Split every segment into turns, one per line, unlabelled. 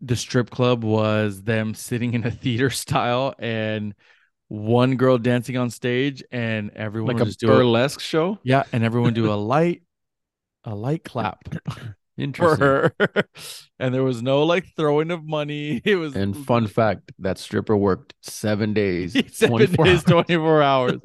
the strip club was them sitting in a theater style and one girl dancing on stage and everyone
like
would
a
just do a,
burlesque show.
yeah and everyone do a light a light clap for
Interesting.
her and there was no like throwing of money it was
And fun fact: that stripper worked seven days,
seven
24
days 24 hours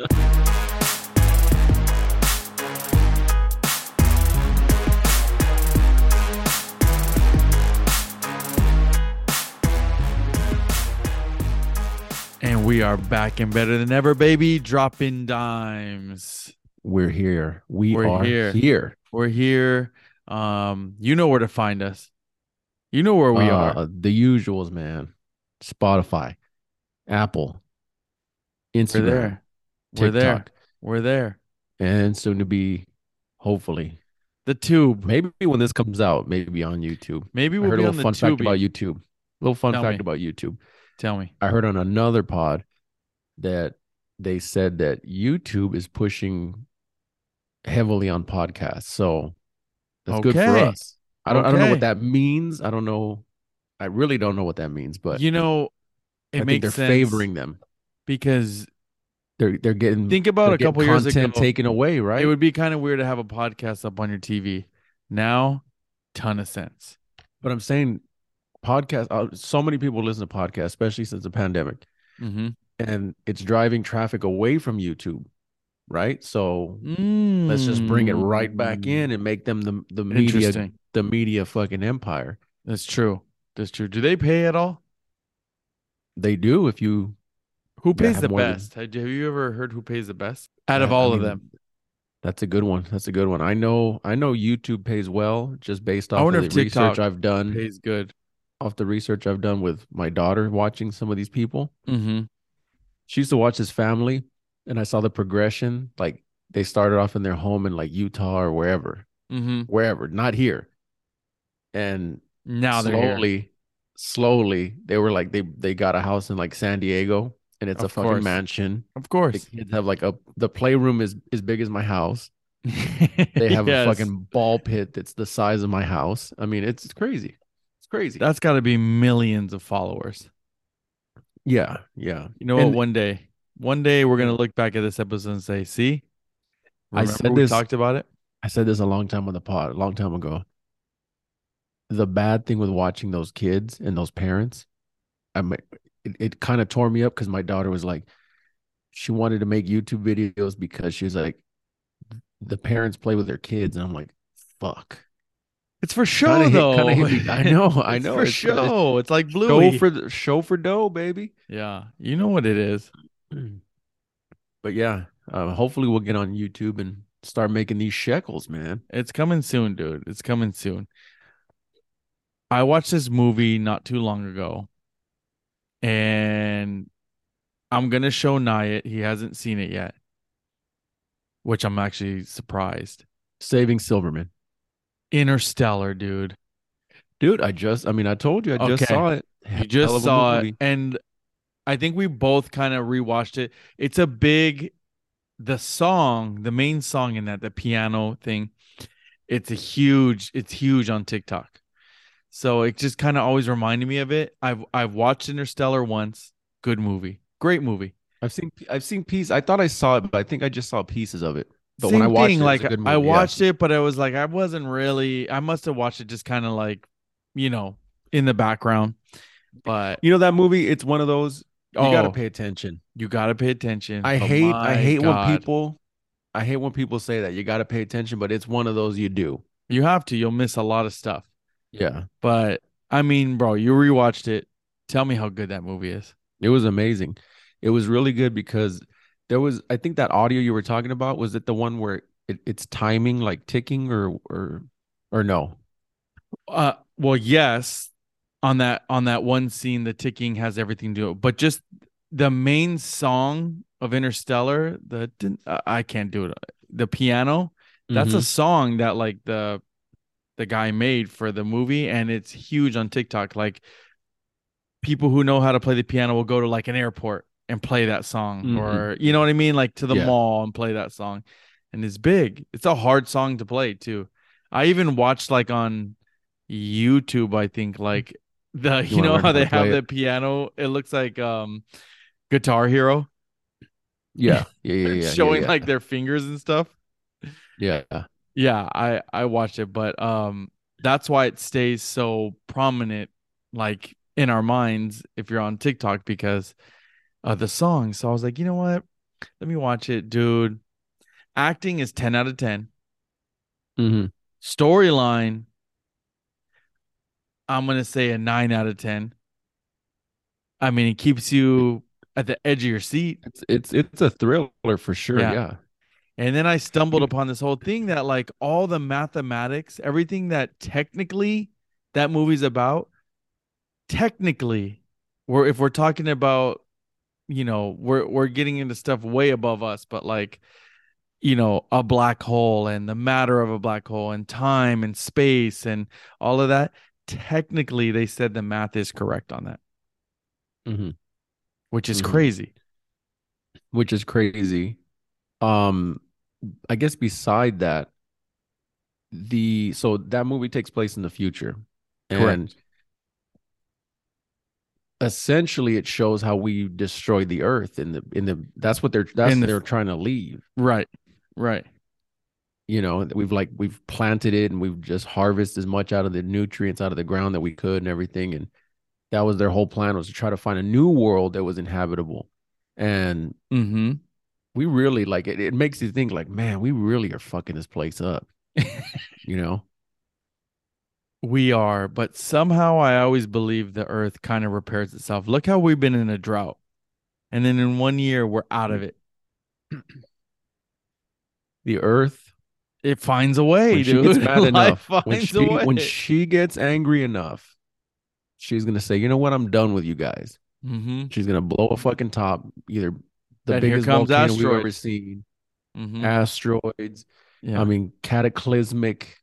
and we are back and better than ever baby dropping dimes
We're here. We
We're
are
here.
here.
we're here um you know where to find us you know where we are
Uh, The usuals, man. Spotify, Apple,
we're
Instagram,
there we're there
TikTok,
we're there
and soon to be, hopefully,
the tube
maybe when this comes out, maybe on YouTube.
Maybe
I
we'll
heard
be
a
on
little
the
fun fact
tube.
about YouTube. Little fun
Tell me.
fact about YouTube.
Tell me.
I heard on another pod that they said that YouTube is pushing heavily on podcasts. So that's good for
Okay.
us. I don't I don't know
Okay.
what that means. I don't know. I really don't know what that means, but
you know,
I
it
think
makes
they're
sense
favoring them.
because
They're they're getting
think about
they're
a
getting
couple years ago,
content taken away, right?
it would be kind of weird to have a podcast up on your TV. Now, ton of sense.
but I'm saying podcast uh, so many people listen to podcasts, especially since the pandemic.
Mm-hmm.
and it's driving traffic away from YouTube, right? So let's just bring it right back in and make them the the media
Mm. Interesting.
the media fucking empire.
That's true. That's true. Do they pay at all?
They do if you
Who
Yeah, I
pays
have
the
more than-
best? Have have you ever heard who pays the best out of
I- I
all of
mean,
them?
That's a good one. That's a good one. I know I know YouTube pays well just based
I
off of
wonder
the
if TikTok
research I've done
Pays good.
off the research I've done with my daughter watching some of these people.
Mm-hmm.
She used to watch this family and I saw the progression. Like they started off in their home in like Utah or wherever.
Mm-hmm.
Wherever, not here. And
Now they're here.
slowly, slowly, they were like they they got a house in like San Diego, and it's
Of
a fucking
course.
mansion.
Of
The
course.
kids have like a the playroom is as big as my house. They have
Yes.
a fucking ball pit that's the size of my house. I mean, it's, it's crazy. It's crazy.
That's got to be millions of followers.
yeah, yeah.
You know what?
And-
One day, one day we're gonna look back at this episode and say, "See,
I
Remember
said
we
this-
talked about it."
I said this a long time on the pod, a long time ago. The bad thing with watching those kids and those parents, I mean, it, it kind of tore me up because my daughter was like, she wanted to make YouTube videos because she was like, the parents play with their kids, and I'm like, fuck.
It's for show,
Kinda hit-
though.
kinda hit me- I know, I
It's
know,
for
it's-
show. it's like Bluey.
Show for the, show for dough, baby.
yeah, you know what it is.
But yeah, uh, hopefully we'll get on YouTube and start making these shekels, man.
It's coming soon, dude. It's coming soon. I watched this movie not too long ago, and I'm gonna show Nyat. He hasn't seen it yet, which I'm actually surprised.
Saving Silverman,
Interstellar, dude.
dude. I just, I mean, I told you, I just
Okay.
saw it.
You
Hell
just
of a
saw it,
movie.
and I think we both kind of rewatched it. It's a big, the song, the main song in that, the piano thing. It's a huge, it's huge on TikTok. So it just kind of always reminded me of it. I've I've watched Interstellar once. Good movie, great movie.
I've seen I've seen pieces. I thought I saw it, but I think I just saw pieces of it. But
Same
when I watched
thing,
it, it was
like
a good
I
movie, yeah.
watched it, but I was like, I wasn't really. I must have watched it just kind of like, you know, in the background. But
You know that movie? It's one of those you gotta
Oh.
pay attention.
you gotta pay attention.
I
But
hate I
my
hate
God.
when people I hate when people say that you gotta pay attention, but it's one of those you do.
You have to. You'll miss a lot of stuff.
Yeah,
But I mean, bro, you rewatched it. Tell me how good that movie is.
it was amazing. It was really good because there was I think that audio you were talking about was it the one where it, it's timing like ticking or or or no?
Uh, well, yes, on that on that one scene, the ticking has everything to do. But just the main song of Interstellar, the dun- uh, I can't do it. The piano. That's
Mm-hmm.
a song that like the the guy made for the movie, and it's huge on TikTok. Like people who know how to play the piano will go to like an airport and play that song,
Mhm.
or you know what I mean, like to the
Yeah.
mall and play that song. And it's big. It's a hard song to play too. I even watched like on YouTube, I think like The you,
wanna
know
learn
how
how to
they have
play it?
the piano? It looks like um Guitar Hero
Mm-hmm. Yeah, yeah, yeah, yeah. yeah,
showing
yeah,
like their fingers and stuff.
yeah,
Yeah, I I watched it, but um that's why it stays so prominent like in our minds if you're on TikTok because of the song. So I was like, you know what? Let me watch it, dude. Acting is 10 out of 10.
hmm
Storyline I'm going to say a 9 out of 10. I mean, it keeps you at the edge of your seat.
It's it's it's a thriller for sure.
Yeah.
Yeah.
And then I stumbled upon this whole thing that like all the mathematics, everything that technically that movie's about, technically, we're if we're talking about, you know, we're we're getting into stuff way above us, but like, you know, a black hole and the matter of a black hole and time and space and all of that. Technically, they said the math is correct on that,
hmm
which is
Mhm.
crazy.
Which is crazy. Um, I guess beside that, the so that movie takes place in the future, and essentially it shows how we destroyed the Earth in the in the that's what they're that's
In the-
they're trying to leave.
Right. Right.
you know that we've like we've planted it and we've just harvested as much out of the nutrients out of the ground that we could and everything and that was their whole plan was to try to find a new world that was inhabitable and
Mm-hmm.
we really like it it makes you think like man we really are fucking this place up you know
We are, but somehow I always believe the earth kind of repairs itself. Look how we've been in a drought. And then in one year, we're out of it.
the earth
It finds a way,
when
dude.
she gets mad
Life
enough when
finds
she
a way.
when she gets angry enough she's going to say you know what i'm done with you guys
mm-hmm,
she's going to blow a fucking top either the
And here
biggest
comes
volcano we've ever
asteroids.
seen
mm-hmm.
asteroids
yeah.
I mean, cataclysmic,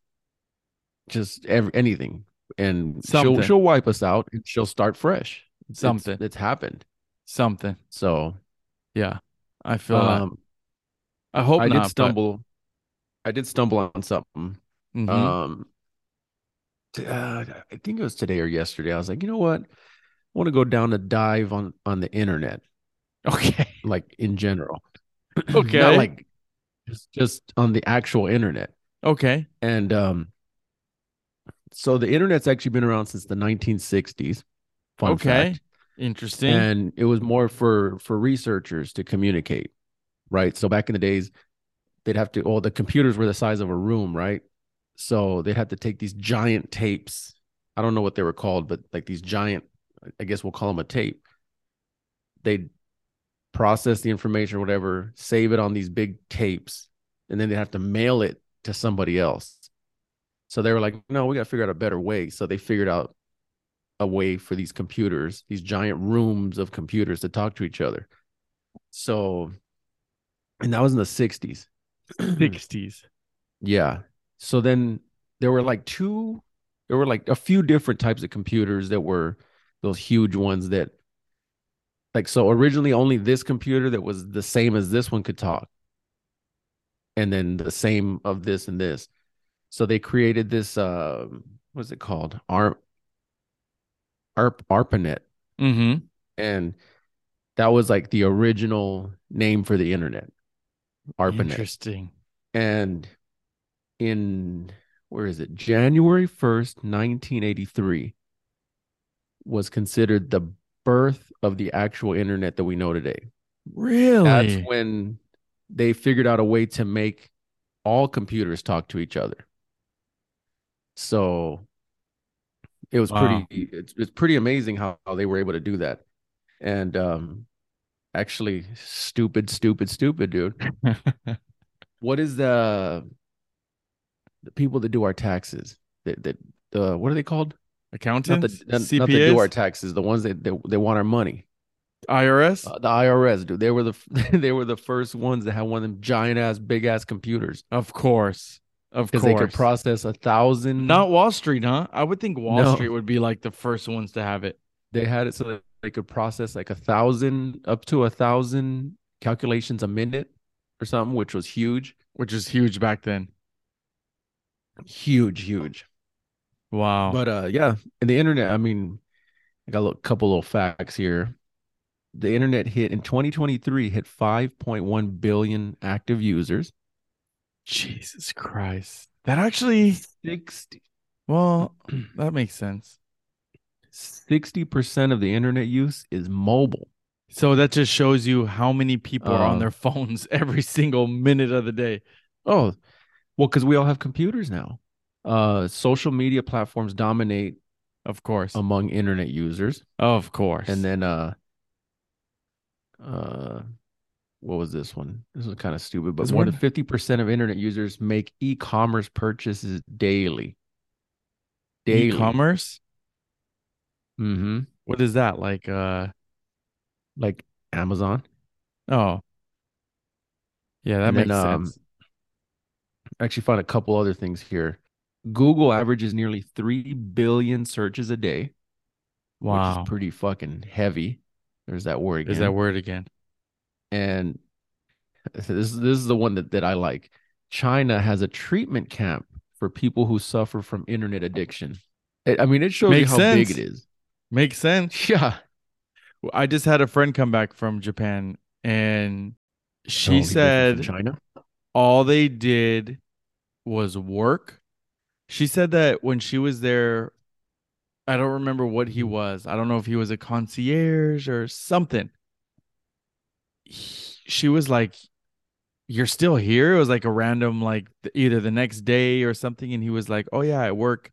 just every, anything, and
Something.
she'll she'll wipe us out and she'll start fresh. It's-
something.
it's happened.
something.
So
Yeah. I feel that.
um,
I hope
I
not.
did stumble. I did stumble on something.
But, mhm.
Um, t- uh, I think it was today or yesterday. I was like, you know what? I want to go down a dive on on the internet,
okay.
like in general.
Okay.
Not like just just on the actual internet.
Okay.
And um, so the internet's actually been around since the 1960s. Fun
Okay.
fact.
Interesting.
And it was more for for researchers to communicate, right? So back in the days, they'd have to. Well, the computers were the size of a room, right? So they'd have to take these giant tapes. I don't know what they were called, but like these giant, I guess we'll call them a tape. They'd process the information or whatever, save it on these big tapes, and then they'd have to mail it to somebody else. So they were like, no, we got to figure out a better way. So they figured out a way for these computers, these giant rooms of computers to talk to each other. So, and that was in the 60s.
60s.
Yeah. So then there were like two, there were like a few different types of computers that were those huge ones that, like, so originally only this computer that was the same as this one could talk. And then the same of this and this. So they created this, uh, what's it called? Arp, Arp, ARPANET.
Mm-hmm.
And that was like the original name for the internet, ARPANET
Interesting.
and in where is it january 1st 1983 was considered the birth of the actual internet that we know today
Really?
that's when they figured out a way to make all computers talk to each other so it was
Wow.
pretty it's, it's pretty amazing how, how they were able to do that and um actually stupid stupid stupid dude what is the the people that do our taxes that that uh, what are they called not the
Accountants?
not,
CPAs?
not that do our taxes the ones that, that they want our money
IRS?
Uh, the IRS dude they were the f- they were the first ones that had one of them giant ass big ass computers
Of course. Of course.
because they could process a thousand
Not Wall Street, huh? I would think Wall
No.
Street would be like the first ones to have it.
they had it so that they could process like a thousand up to a thousand calculations a minute or something which was huge
Which is huge back then.
huge huge
Wow.
but uh yeah and the internet i mean I got a little, couple little facts here. The internet hit in 2023 hit 5.1 billion active users.
Jesus Christ. That actually,
60
well, that makes sense.
percent of the internet use is mobile.
So that just shows you how many people are on
Uh,
their phones every single minute of the day.
Oh, well, because we all have computers now. Uh, social media platforms dominate
Of course.
among internet users.
of course.
Um, And then uh uh what was this one? This was kind of stupid, but
This
more
one?
than 50% of internet users make e-commerce purchases daily. Daily.
e-commerce.
Mm-hmm.
What is that? Like uh
Like Amazon.
oh. Yeah, that
And then,
makes
um,
sense.
I actually found a couple other things here. Google averages nearly 3 billion searches a day, which
Wow.
is pretty fucking heavy. There's that word again.
Is that word again?
and this is- this is the one that, that I like. China has a treatment camp for people who suffer from internet addiction. It- I mean, it shows
Makes
you how big
sense.
it is.
Makes sense.
Yeah,
I just had a friend come back from Japan and
Oh,
she
he lives in
said
China.
all they did was work. She said that when she was there, I don't remember what he was. I don't know if he was a concierge or something. He- she was like, You're still here? It was like a random, like th- either the next day or something. And he was like, Oh, yeah, I work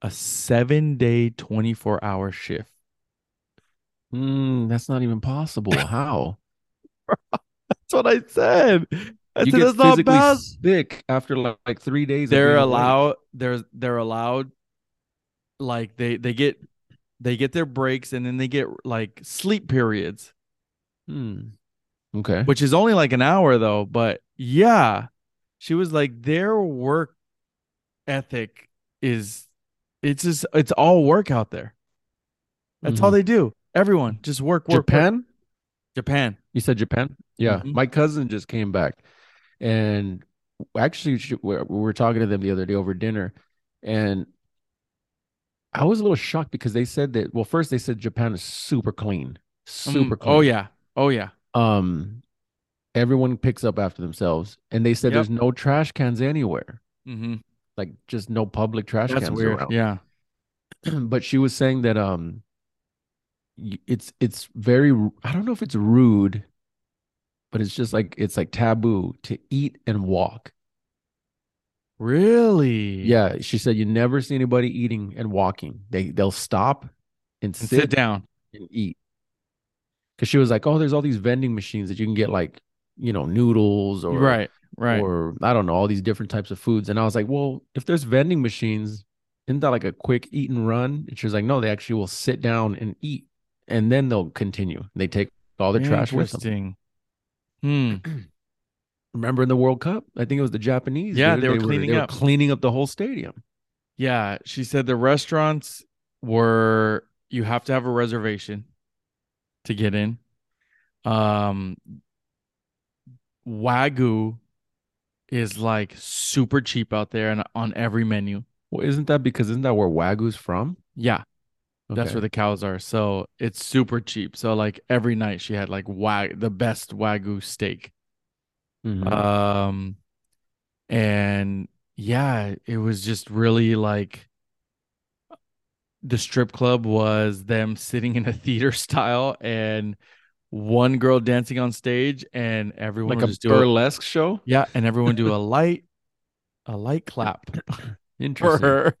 a seven day, 24 hour shift.
Mm, that's not even possible. How
That's what I said. I
you
said,
get
That's not
physically
possible.
sick after like, like three days? of
they're
being awake.
allowed they're they're allowed like they they get they get their breaks and then they get like sleep periods
Hmm. Okay.
which is only like an hour though but yeah she was like their work ethic is it's just it's all work out there that's all
Mhm.
they do everyone just work work work.
Japan.
japan
You said Japan? Yeah.
Mhm.
My cousin just came back and actually she, we we were talking to them the other day over dinner and I was a little shocked because they said that well first they said Japan is super clean.
Mm,
Super clean.
oh yeah oh yeah
Um everyone picks up after themselves and they said
Yep.
there's no trash cans anywhere.
hmm
Like just no public trash
that's
cans
weird
Mm-hmm. around.
yeah
but she was saying that um y- it's it's very ru- I don't know if it's rude but it's just like it's like taboo to eat and walk.
really
Yeah, she said you never see anybody eating and walking. They they'll stop and
and
sit,
sit down
and eat. Cuz she was like, "Oh, there's all these vending machines that you can get like, you know, noodles or
right right
or I don't know, all these different types of foods." And I was like, "Well, if there's vending machines, isn't that like a quick eat and run?" And she was like, "No, they actually will sit down and eat and then they'll continue. They take all the trash with them."
Interesting. Hmm.
remember in the World Cup? I think it was the Japanese.
Yeah,
dude.
they were cleaning
they
up.
were cleaning up the whole stadium.
Yeah, she said the restaurants were you have to have a reservation to get in. Um Wagyu is like super cheap out there and on every menu.
Well, isn't that because isn't that where Wagyu's from?
Yeah, that's
Okay.
where the cows are. So it's super cheap. So like every night she had like wag the best Wagyu steak.
Mhm.
Um, and yeah, it was just really like the strip club was them sitting in a theater style and one girl dancing on stage and everyone
like
would
a
just do a,
burlesque show.
yeah, and everyone do a light a light clap for
Interesting.
her.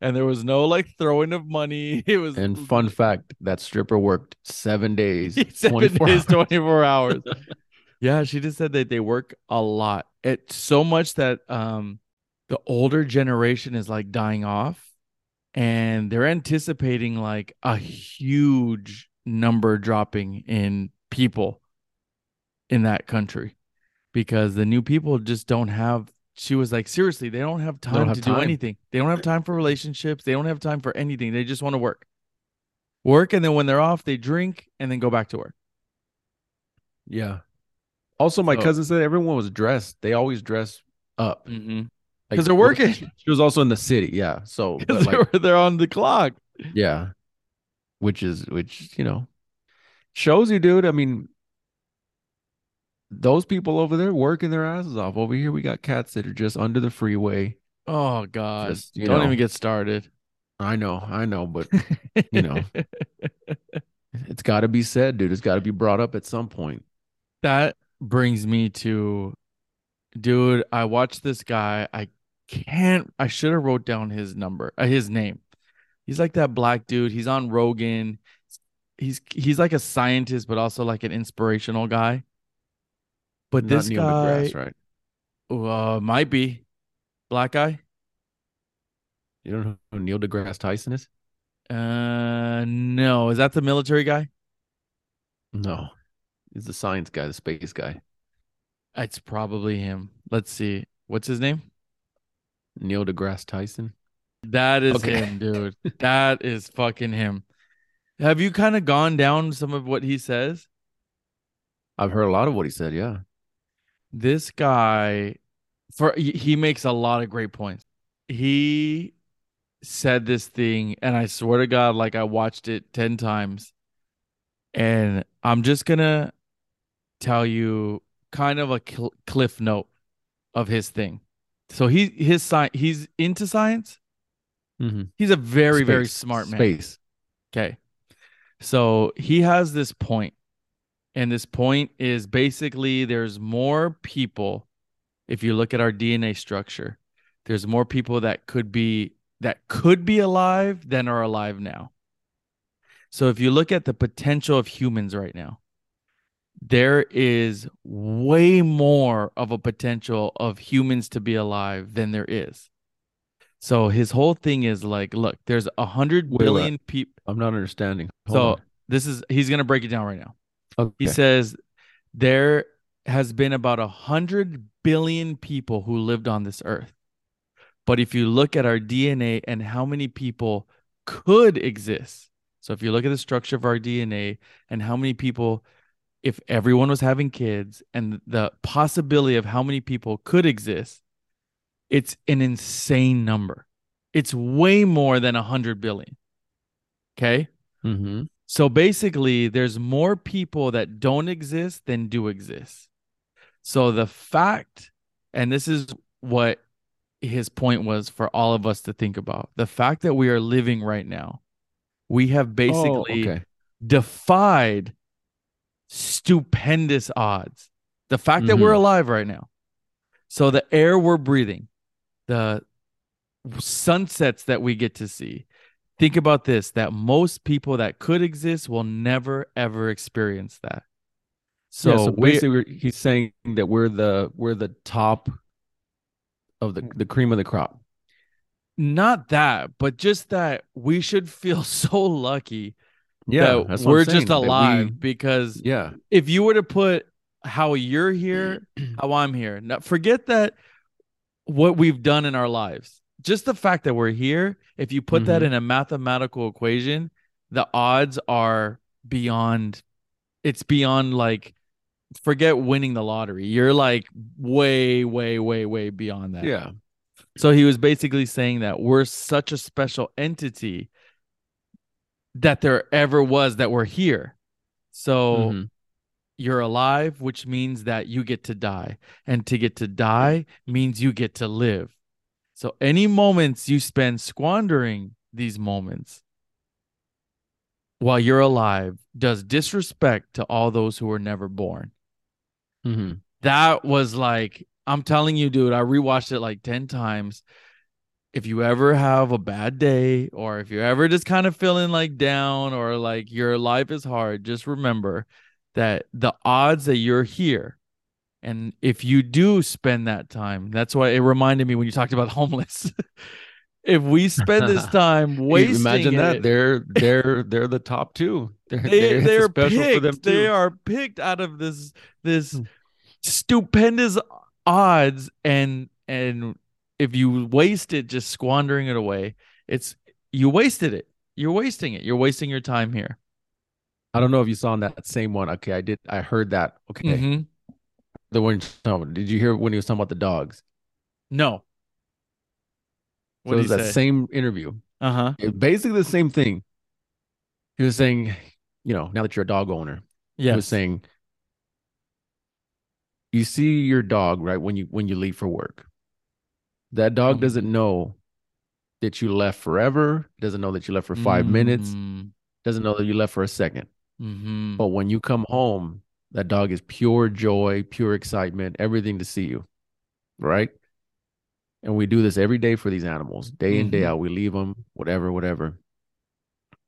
And there was no like throwing of money. It was
And fun fact, that stripper worked seven days,
seven
24
days,
hours.
24 hours. yeah, she just said that they work a lot. It's so much that um the older generation is like dying off and they're anticipating like a huge number dropping in people in that country because the new people just don't have she was like seriously they don't have time
have
to do
time.
anything they don't have time for relationships they don't have time for anything they just want to work work and then when they're off they drink and then go back to work
Yeah. Also, my
So-
cousin said everyone was dressed. They always dress up
because
Like,
they're
well,
working Mm-hmm.
She was also in the city. Yeah. So, but like,
they're, they're on the clock
yeah. which is which you know shows you, dude. I mean, those people over there working their asses off. Over here, we got cats that are just under the freeway.
Oh God!
Just, you
Don't
know.
even get started.
I know, I know, but You know. it's got to be said, dude. It's got to be brought up at some point.
that brings me to, dude. I watched this guy. I can't. I should have wrote down his number, uh, his name. He's like that black dude. He's on Rogan. He's he's like a scientist, but also like an inspirational guy. But
Not
this
Neil
guy
deGrasse, right?
uh, might be black guy.
You don't know who Neil deGrasse Tyson is?
Uh, no, is that the military guy?
No, he's the science guy, the space guy.
It's probably him. Let's see. What's his name?
Neil deGrasse Tyson.
That is
Okay.
him, dude. That is fucking him. Have you kind of gone down some of what he says?
I've heard a lot of what he said. Yeah,
This guy for he- he makes a lot of great points. He said this thing and I swear to God like I watched it 10 times and I'm just going to tell you kind of a cl- cliff note of his thing. So he his sci- he's into science.
Mhm.
He's a Mm-hmm. very very
Space.
smart man.
Space.
Okay. So he has this point, and this point is basically there's more people. If you look at our DNA structure, there's more people that could be that could be alive than are alive now. So if you look at the potential of humans right now, there is way more of a potential of humans to be alive than there is. So his whole thing is like, look, there's a hundred
Wait, wait.
billion people.
I'm not understanding.
So
Hold
this is he's gonna break it down right now.
on. Okay.
He says there has been about a hundred billion people who lived on this earth. But if you look at our DNA and how many people could exist, so if you look at the structure of our DNA and how many people, if everyone was having kids and the possibility of how many people could exist, it's an insane number. It's way more than a hundred billion. Okay.
Mhm.
So basically, there's more people that don't exist than do exist. So the fact, and this is what his point was for all of us to think about the fact that we are living right now, we have
Oh,
basically
okay.
defied stupendous odds. The fact that we're
Mhm.
alive right now. So the air we're breathing, the sunsets that we get to see. Think about this that most people that could exist will never ever experience that. So,
yeah, so
we,
basically, we're, he's saying that we're the we're the top of the the cream of the crop.
not that, but just that we should feel so lucky that
that's what I'm
we're
saying,
just
that we-
alive because
yeah,
if you were to put how you're here, how I'm here, now forget that what we've done in our lives, just the fact that we're here, if you put that
Mhm.
in a mathematical equation, the odds are beyond, it's beyond like, forget winning the lottery. You're like way, way, way, way beyond that.
yeah.
So he was basically saying that we're such a special entity that there ever was that we're here. So
Mhm.
you're alive, which means that you get to die. And to get to die means you get to live. So any moments you spend squandering these moments while you're alive does disrespect to all those who were never born.
Mhm.
That was like, I'm telling you, dude, I rewatched it like 10 times. If you ever have a bad day, or if you're ever just kind of feeling like down, or like your life is hard, just remember that the odds that you're here, and if you do spend that time, that's why it reminded me when you talked about homeless. if we spend this time wasting,
Imagine that
it-
they're they're they're the top two. They're,
they,
they're, it's
they are
special
picked.
for them too.
They are picked out of this this
Hmm.
stupendous odds, and and if you waste it just squandering it away, it's you wasted it. You're wasting it. You're wasting your time here.
I don't know if you saw on that same one. Okay, I did. I heard that. Okay,
Mhm.
the one. No, did you hear when he was talking about the dogs?
No.
so
What
it
do
was
you
that
say?
same interview.
uh huh.
It- basically the same thing. he was saying, you know, now that you're a dog owner,
Yeah.
he was saying you see your dog right when you when you leave for work that dog
Mhm.
doesn't know that you left forever doesn't know that you left for 5
Mm.
minutes doesn't know that you left for a second
Mm-hmm.
but when you come home that dog is pure joy pure excitement everything to see you right and we do this every day for these animals day in day
Mhm.
out we leave them whatever whatever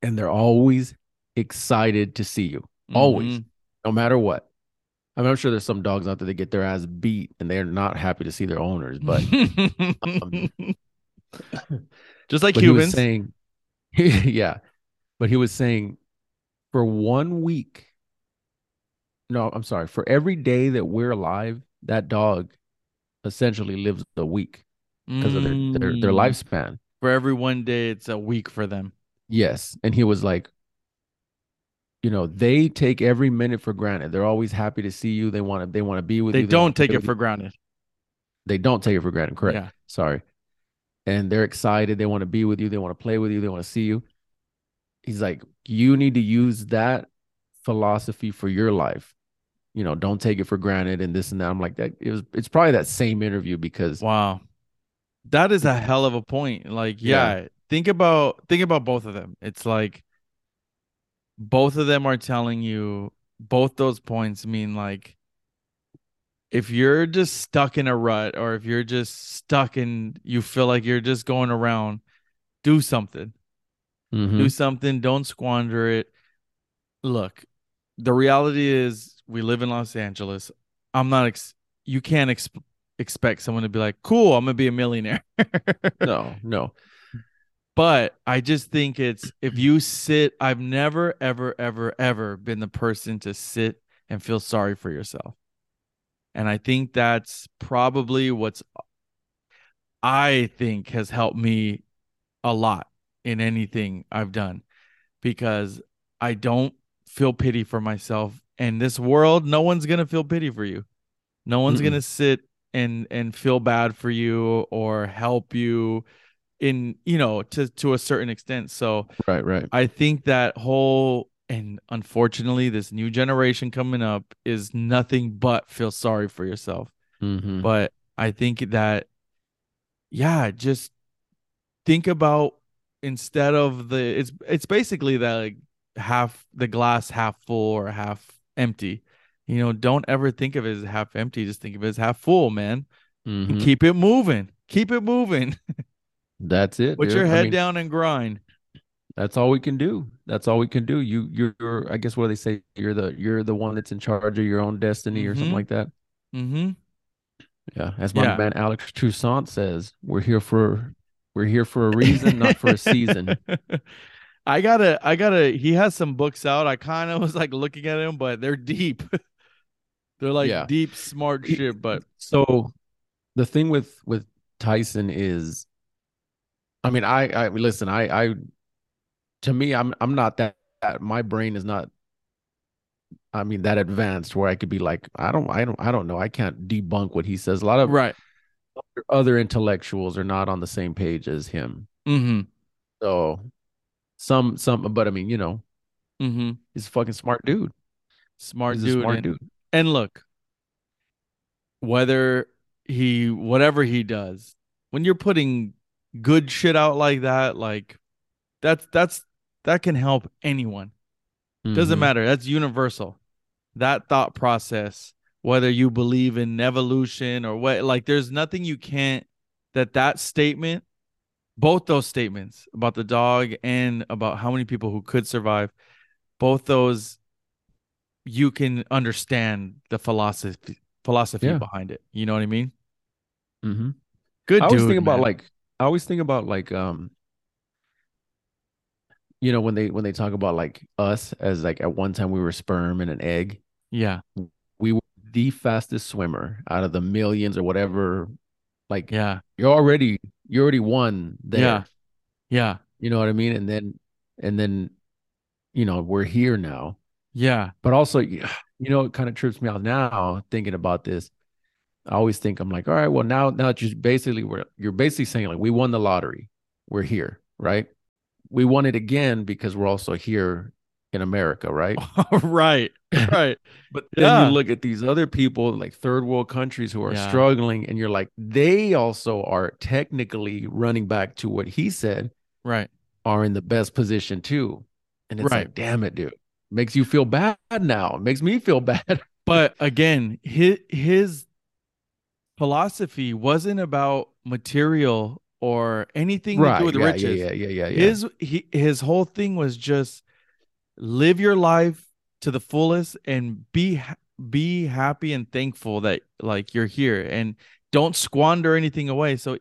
and they're always excited to see you always,
Mm-hmm.
no matter what. I mean, I'm sure there's some dogs out there that get their ass beat and they're not happy to see their owners,
Mm-hmm.
but um,
just like
but he
humans.
was saying, yeah, but he was saying for one week, no, I'm sorry, for every day that we're alive, that dog essentially lives a week because of their, their their
Mm.
lifespan.
For every one day, it's a week for them.
Yes, and he was like, you know, they take every minute for granted. They're always happy to see you. They want to they want to be with
They
you. wanna
don't take
play
it
with you.
for granted.
they don't take it for granted. Correct.
Yeah.
Sorry. And they're excited. They want to be with you. They want to play with you. They want to see you. He's like, you need to use that philosophy for your life. You know, don't take it for granted and this and that. I'm like that. It was. It's probably that same interview because
Wow. That is a hell of a point. Like, yeah,
Yeah.
think about think about both of them. It's like both of them are telling you both those points mean like if you're just stuck in a rut or if you're just stuck and you feel like you're just going around, do something.
Mhm.
do something don't squander it look the reality is we live in los angeles i'm not ex- you can't ex- expect someone to be like cool i'm gonna be a millionaire
no, no,
but i just think it's if you sit i've never ever ever ever been the person to sit and feel sorry for yourself and i think that's probably what's i think has helped me a lot in anything i've done because I don't feel pity for myself. And this world, no one's gonna feel pity for you. No one's
Mm-mm.
gonna sit and and feel bad for you or help you in you know to to a certain extent. So
right, right.
I think that whole and unfortunately this new generation coming up is nothing but feel sorry for yourself
Mhm.
but I think that yeah, just think about instead of the it's it's basically that like half the glass half full or half empty. You know, don't ever think of it as half empty, just think of it as half full, man. And
Mhm.
keep it moving. Keep it moving.
That's it.
Put
dude.
your
I
head
mean,
down and grind.
That's all we can do. That's all we can do. You, you're, you're. I guess what do they say. You're the, you're the one that's in charge of your own destiny or
Mhm.
something like that.
Mm-hmm.
Yeah, as my
Yeah.
man Alex Toussaint says, we're here for we're here for a reason, not for a season.
I gotta, I gotta. He has some books out. I kind of was like looking at him, but they're deep. they're like
Yeah.
deep, smart
He-
shit. But
So the thing with with Tyson is, I mean, I I listen, I I to me, I'm I'm not that, that my brain is not. I mean, that advanced where I could be like, I don't, I don't, I don't know. I can't debunk what he says. A lot of
right.
other intellectuals are not on the same page as him.
Mm-hmm.
So some, some, but I mean, you know,
Mm-hmm.
he's a fucking smart dude.
Smart
He's
dude.
a smart
and,
dude.
and look, whether he, whatever he does, when you're putting good shit out like that, like that's that's that can help anyone. Doesn't
Mhm.
matter. That's universal. That thought process, whether you believe in evolution or what, like there's nothing you can't that that statement, both those statements about the dog and about how many people who could survive, both those you can understand the philosophy philosophy
Yeah.
behind it. You know what I mean?
Mm-hmm.
Good
I always
dude,
think about
man.
like I always think about like um you know when they when they talk about like us as like at one time we were sperm and an egg
yeah,
we were the fastest swimmer out of the millions or whatever like
yeah,
you're already you already won there
Yeah. yeah,
you know what I mean and then and then you know we're here now
yeah.
but also you you know it kind of trips me out now thinking about this I always think I'm like all right well now now that you basically we're you're basically saying like we won the lottery we're here right we won it again because we're also here in America, right?
right. Right.
But then you
Oh, Yeah.
look at these other people, like third world countries who are
Yeah.
struggling, and you're like, they also are technically running back to what he said,
Right.
are in the best position too. And it's
Right.
like, damn it, dude. Makes you feel bad now. It makes me feel bad.
But again, his his philosophy wasn't about material or anything to do with
yeah,
riches.
yeah, yeah, yeah, yeah, yeah.
His he, his whole thing was just live your life to the fullest and be ha- be happy and thankful that like you're here and don't squander anything away. So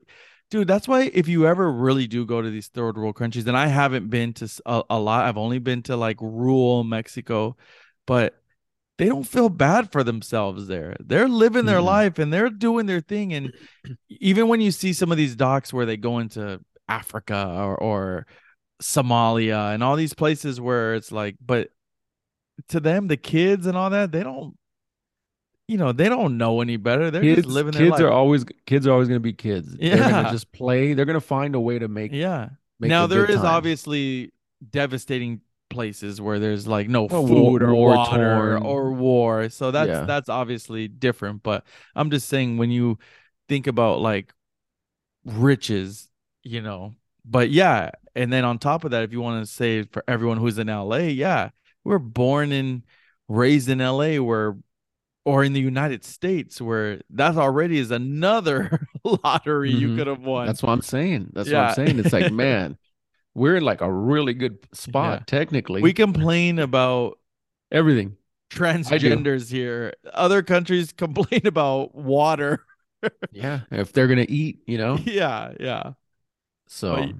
dude, that's why if you ever really do go to these third world countries and I haven't been to s- a, a lot. I've only been to like rural Mexico, but they don't feel bad for themselves there. They're living their
Mhm.
life and they're doing their thing and e, even when you see some of these docs where they go into Africa or, or Somalia and all these places where it's like, but to them, the kids and all that, they don't, you know, they don't know any better. They're
kids,
just living their
kids
life.
are always kids are always going to be kids. They're going
Yeah.
to just play. They're going to find a way to make.
yeah.
make
now
a
there
good
is
time.
obviously devastating places where there's like no
Well,
food
war-
or
Oh, war
water
torn.
or war. So that's
Yeah.
that's obviously different. But I'm just saying when you think about like riches, you know. But yeah, and then on top of that, if you want to say for everyone who's in LA, yeah, we're born and raised in LA where or in the United States where that already is another lottery you
Mhm.
could have won.
That's what I'm saying. That's what
Yeah.
I'm saying. It's like, man, we're in like a really good spot technically.
we complain about
everything.
transgenders here. Other countries complain about water.
Yeah, if they're gonna eat, you know.
Yeah, yeah.
So
y-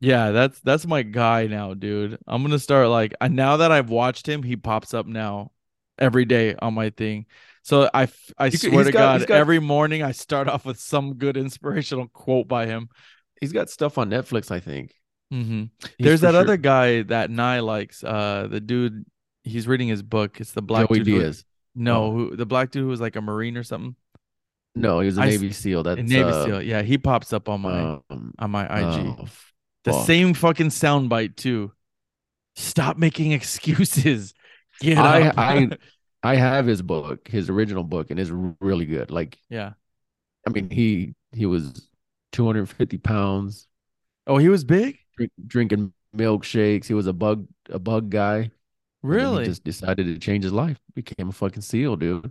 Yeah, that's that's my guy now, dude. I'm gonna start like I, now that I've watched him, he pops up now every day on my thing. So I f- I
You could-
swear
he's
to
got- he's
God,
got-
every morning I start off with some good inspirational quote by him.
he's got stuff on Netflix, I think.
hmm
He's
There's
for
that
sure-
other guy that Nye likes. Uh, the dude, he's reading his book. It's the black
Joey
dude. who-
Diaz. Oh.
no, who, the black dude who was like a marine or something.
No, he was a
I s-
Navy SEAL. That's
And Navy
uh,
SEAL. Yeah, he pops up on my
um,
on my IG.
oh,
the
fuck.
same fucking soundbite too. Stop making excuses. Get
I-
up.
I- I have his book, his original book, and it's r- really good. Like,
yeah.
I mean, he he was 250 pounds,
Oh, he was big.
drink, drinking milkshakes. He was a bug a bug guy. And then
Really?
He just decided to change his life. Became a fucking SEAL, dude.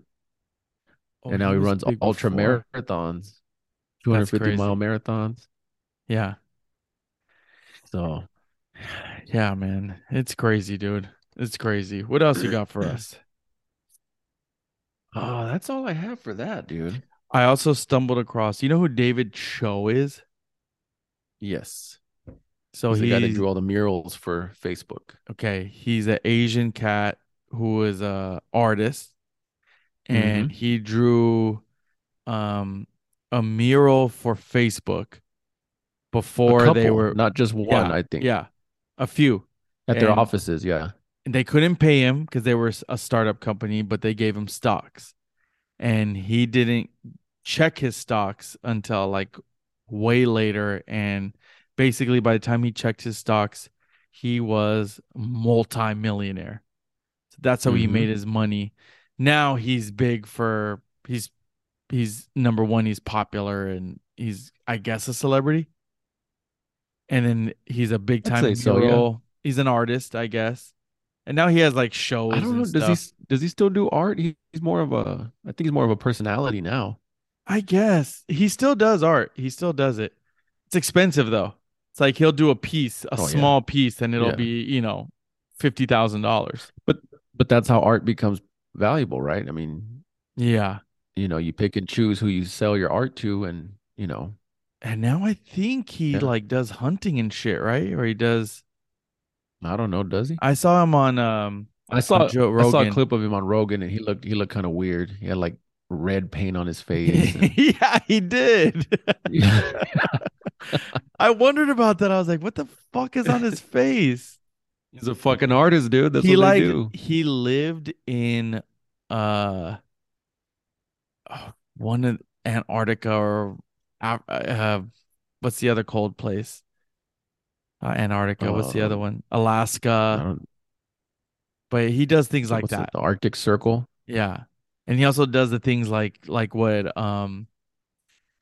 Oh,
and now he
was
runs
big
ultra
before.
marathons, 250 mile marathons.
Yeah.
So
Yeah, man. It's crazy, dude. It's crazy. What else you got for us?
oh, that's all I have for that, dude.
I also stumbled across. You know who David Cho is?
Yes.
So
He's the guy that
he's
drew all the murals for Facebook.
okay. He's an Asian cat who is a artist, and
Mm-hmm.
he drew um a mural for Facebook
A
before they
couple,
were
not just one, I think.
yeah a few.
At their
and-
offices, yeah.
And they couldn't pay him because they were s- a startup company, but they gave him stocks, and he didn't check his stocks until like way later. And basically, by the time he checked his stocks, he was multi-millionaire. So that's how he
Mhm.
made his money. Now he's big for he's he's number one. He's popular and he's I guess a celebrity. And then he's a big time
say so, yeah.
mural. He's an artist, I guess. And now he has like shows.
I don't
and
know. Does he
stuff.
s- does he still do art? He, he's more of a I think he's more of a personality now.
I guess he still does art. He still does it. It's expensive though. It's like he'll do a piece, a
Oh, yeah.
small piece, and it'll
Yeah.
be you know fifty thousand dollars.
But that's how art becomes valuable, right? I mean,
Yeah.
you know, you pick and choose who you sell your art to, and you know,
And now I think he
Yeah.
like does hunting and shit, right? Or he does.
I don't know. Does he?
I saw him on um
I saw
Joe
I saw a
Rogan.
clip of him on Rogan, and he looked he looked kind of weird. He had like red paint on his face. and-
yeah, he did.
yeah,
I wondered about that. I was like, what the fuck is on his face?
he's a fucking artist, dude. That's
he
what
like
they do.
he lived in uh oh, one of uh, Antarctica or Af- uh, what's the other cold place? uh, Antarctica. What's the
Uh,
other one?
I
Alaska.
don't-
But he does things like
what's it,
that.
The Arctic Circle.
Yeah. And he also does the things like like what um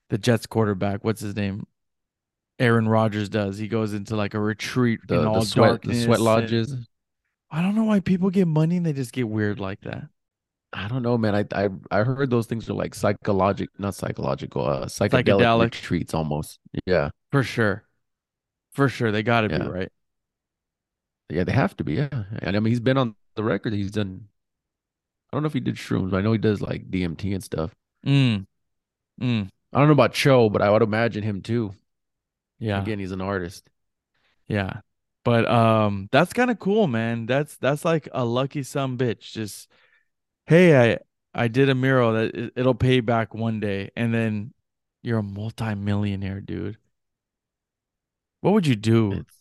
the Jets quarterback, what's his name? Aaron Rodgers does. He goes into like a retreat
The,
in all
the sweat. The
darkness
sweat
and-
lodges.
I don't know why people get money and they just get weird like that.
I don't know, man. I I I heard those things are like psychologic, not psychological, uh, psychedelic,
Psychedelic.
retreats almost. Yeah,
For sure. For sure. They gotta be
Yeah.
right.
yeah, they have to be. Yeah, and I mean, he's been on the record. He's done. I don't know if he did shrooms, but I know he does like DMT and stuff.
Mm. Mm.
I don't know about Cho, but I would imagine him too.
Yeah.
Again, he's an artist.
Yeah. But um that's kind of cool, man. That's that's like a lucky some bitch. Just hey, I I did a mural that it- it'll pay back one day and then you're a multimillionaire, dude. What would you do?
It's-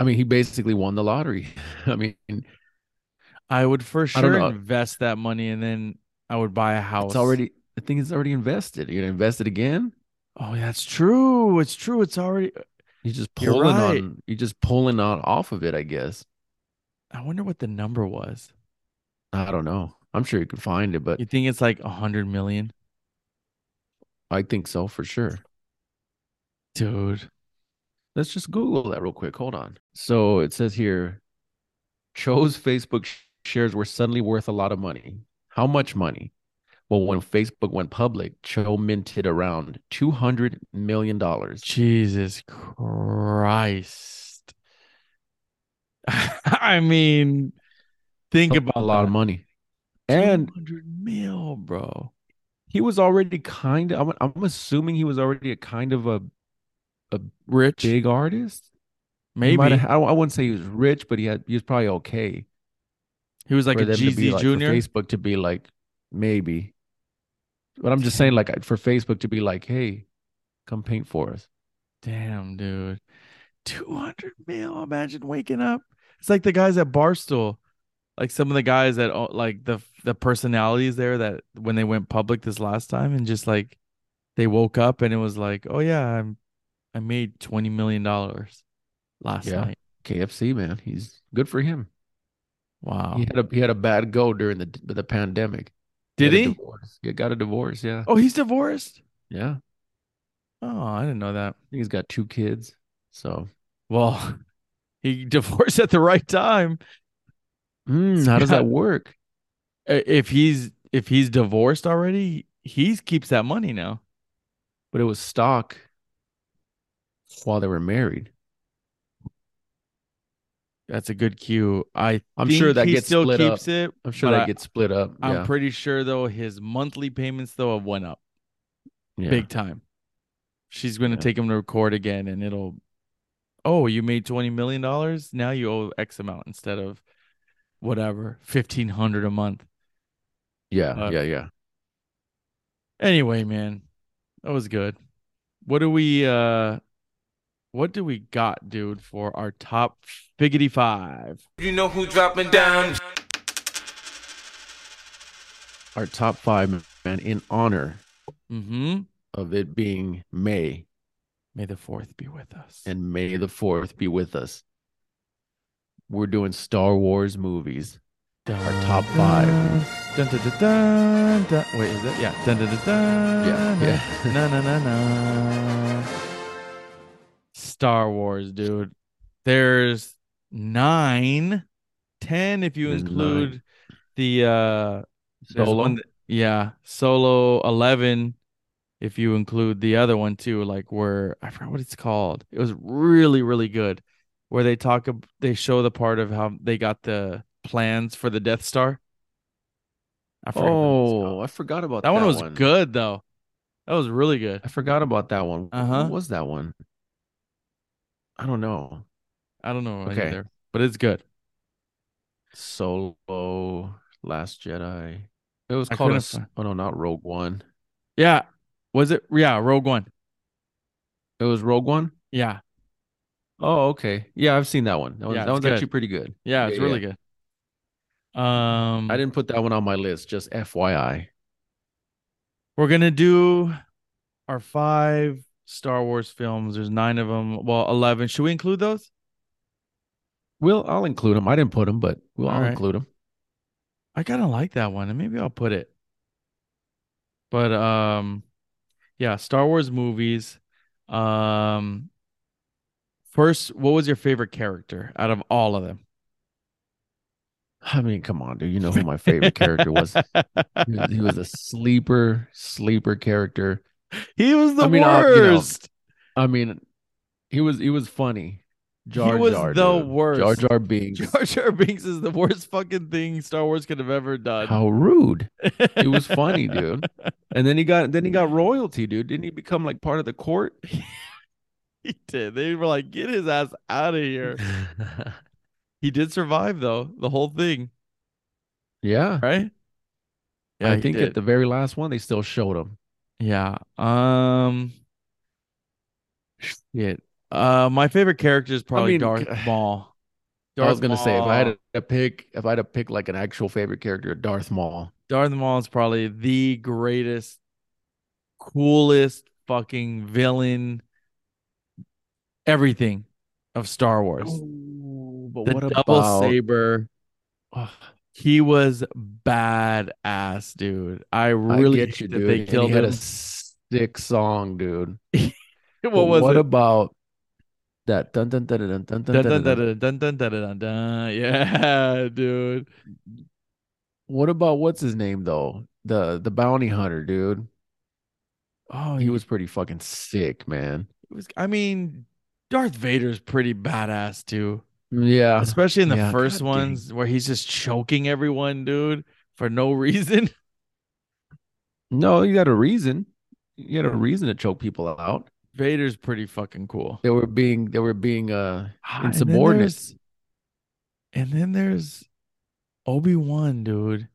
I mean, he basically won the lottery. I mean,
I would for
I don't
sure
know.
invest that money and then I would buy a house.
it's already the thing is already invested. You're gonna invest it again.
Oh, that's true. It's true. It's already
You're just
You're
pulling
right.
on. You're just pulling on off of it, I guess.
I wonder what the number was.
I don't know. I'm sure you can find it, but
You think it's like a hundred million?
I think so for sure.
Dude.
Let's just Google that real quick. Hold on. So it says here, Cho's Facebook sh- shares were suddenly worth a lot of money. How much money? Well, when Facebook went public, Cho minted around two hundred million dollars.
Jesus Christ. I mean, think about
A lot of
that.
money, and
200 mil, bro.
he was already kind of. I'm, I'm assuming he was already a kind of a
Rich,
big artist. He
maybe.
might have- I, I wouldn't say he was rich, but he had he was probably okay.
He was like
for
a
them to be
GZ
like for
Junior.
Facebook to be like maybe. But I'm just saying, like for Facebook to be like, hey, come paint for us.
Damn, dude. 200 mil. Imagine waking up. It's like the guys at Barstool. Like some of the guys that o- like the the personalities there that when they went public this last time and just like they woke up and it was like, "Oh yeah, I'm I made 20 million dollars last
Yeah.
night."
KFC man, he's good for him.
Wow.
He had a he had a bad go during the the pandemic.
Did
Had a
he?
divorce. He got a divorce. Yeah,
Oh, he's divorced?
yeah. I
Oh, I didn't know that.
think he's got two kids. So
Well, he divorced at the right time.
Hmm, how does
Yeah.
that work?
I- If he's if he's divorced already, he keeps that money now.
But it was stock while they were married.
That's a good cue. I
I'm sure
think
that
he
gets
still
split
keeps
up.
it.
I'm sure
But
that
I-
gets split up.
I'm
yeah,
pretty sure though his monthly payments though have went up
yeah.
big time. She's gonna
Yeah.
take him to court again and it'll oh, you made twenty million dollars? Now you owe X amount instead of whatever, fifteen hundred a month.
yeah,
uh,
yeah, yeah.
Anyway, man, that was good. What do we uh what do we got, dude, for our top figgity five?
You know who dropping down?
Our top five man in honor
Mm-hmm.
of it being May
May the fourth be with us.
and May the 4th be with us. We're doing Star Wars movies. our top five.
Dun, dun, dun, dun, dun. Wait, is it? Yeah. Dun, dun, dun, dun,
Yeah,
na,
yeah.
na, na, na, na. Star Wars, dude. There's nine, ten if you
There's nine.
include the uh there's
Solo?
one that- yeah, Solo 11 if you include the other one too, like where I forgot what it's called. It was really really good where they talk ab- they show the part of how they got the plans for the Death Star. I forgot what it's
Oh,
called.
I forgot about
that one was good though. That was really good.
I forgot about that one.
Uh-huh.
What was that one? I don't know.
I don't know
Okay.
either, but it's good.
Solo, Last Jedi. It was
I
called. A,
couldn't
s-
fi-
oh no, not Rogue One.
Yeah. Was it yeah, Rogue One.
It was Rogue One.
Yeah.
Oh, okay. Yeah, I've seen that one. That, one,
Yeah,
that
it's
one's
good. Mm-hmm.
actually pretty good.
Yeah, it's
Yeah,
really good. Um
I didn't put that one on my list. Just FYI.
We're gonna do our five Star Wars films. There's nine of them. Well, eleven. Should we include those?
We'll I'll include them. I didn't put them, but we'll
All
I'll
right.
include them.
I kinda like that one, and maybe I'll put it. But um, yeah, Star Wars movies. Um, first, what was your favorite character out of all of them?
I mean, come on, dude. You know who my favorite character was. He was, he was a sleeper, sleeper character.
He was the
I mean, I- you know,
worst.
I mean, he was he was funny. Jar
he was
Jar,
the
dude.
worst.
Jar Jar Binks.
Jar Jar Binks is the worst fucking thing Star Wars could have ever done.
How rude! It was funny, dude. And then he got then he got royalty, dude. Didn't he become like part of the court?
he did. They were like, get his ass out of here. He did survive though, the whole thing,
yeah,
right?
I think at the very last one they still showed him.
yeah. Um, shit. Uh, my favorite character is probably
mean,
Darth
c-
Maul.
I was gonna say if I
Maul-
had to pick, if I had to pick like an actual favorite character, Darth Maul.
Darth Maul is probably the greatest, coolest fucking villain. Everything of Star Wars.
Oh, but
the double saber.
Ugh,
He was badass, dude. I really
I
hate
get you,
that
dude.
they
And
killed
he had
him.
a sick song, dude.
what was
what
it?
about that? Dun dun dun dun dun dun
Dun, dun,
dun dun dun.
dun, dun, dun, dun, dun, dun. Yeah, dude.
What about what's his name though? The the bounty hunter, dude. Oh, he was pretty fucking sick, man.
It was. I mean, Darth Vader's pretty badass too,
Yeah.
especially in the
yeah,
first
God dang.
ones where he's just choking everyone, dude, for no reason.
No, you got a reason. You got a reason to choke people out.
Vader's pretty fucking cool.
They were being they were being uh
Ah, and then
insubordinate.
there's- And then there's Obi Wan, dude.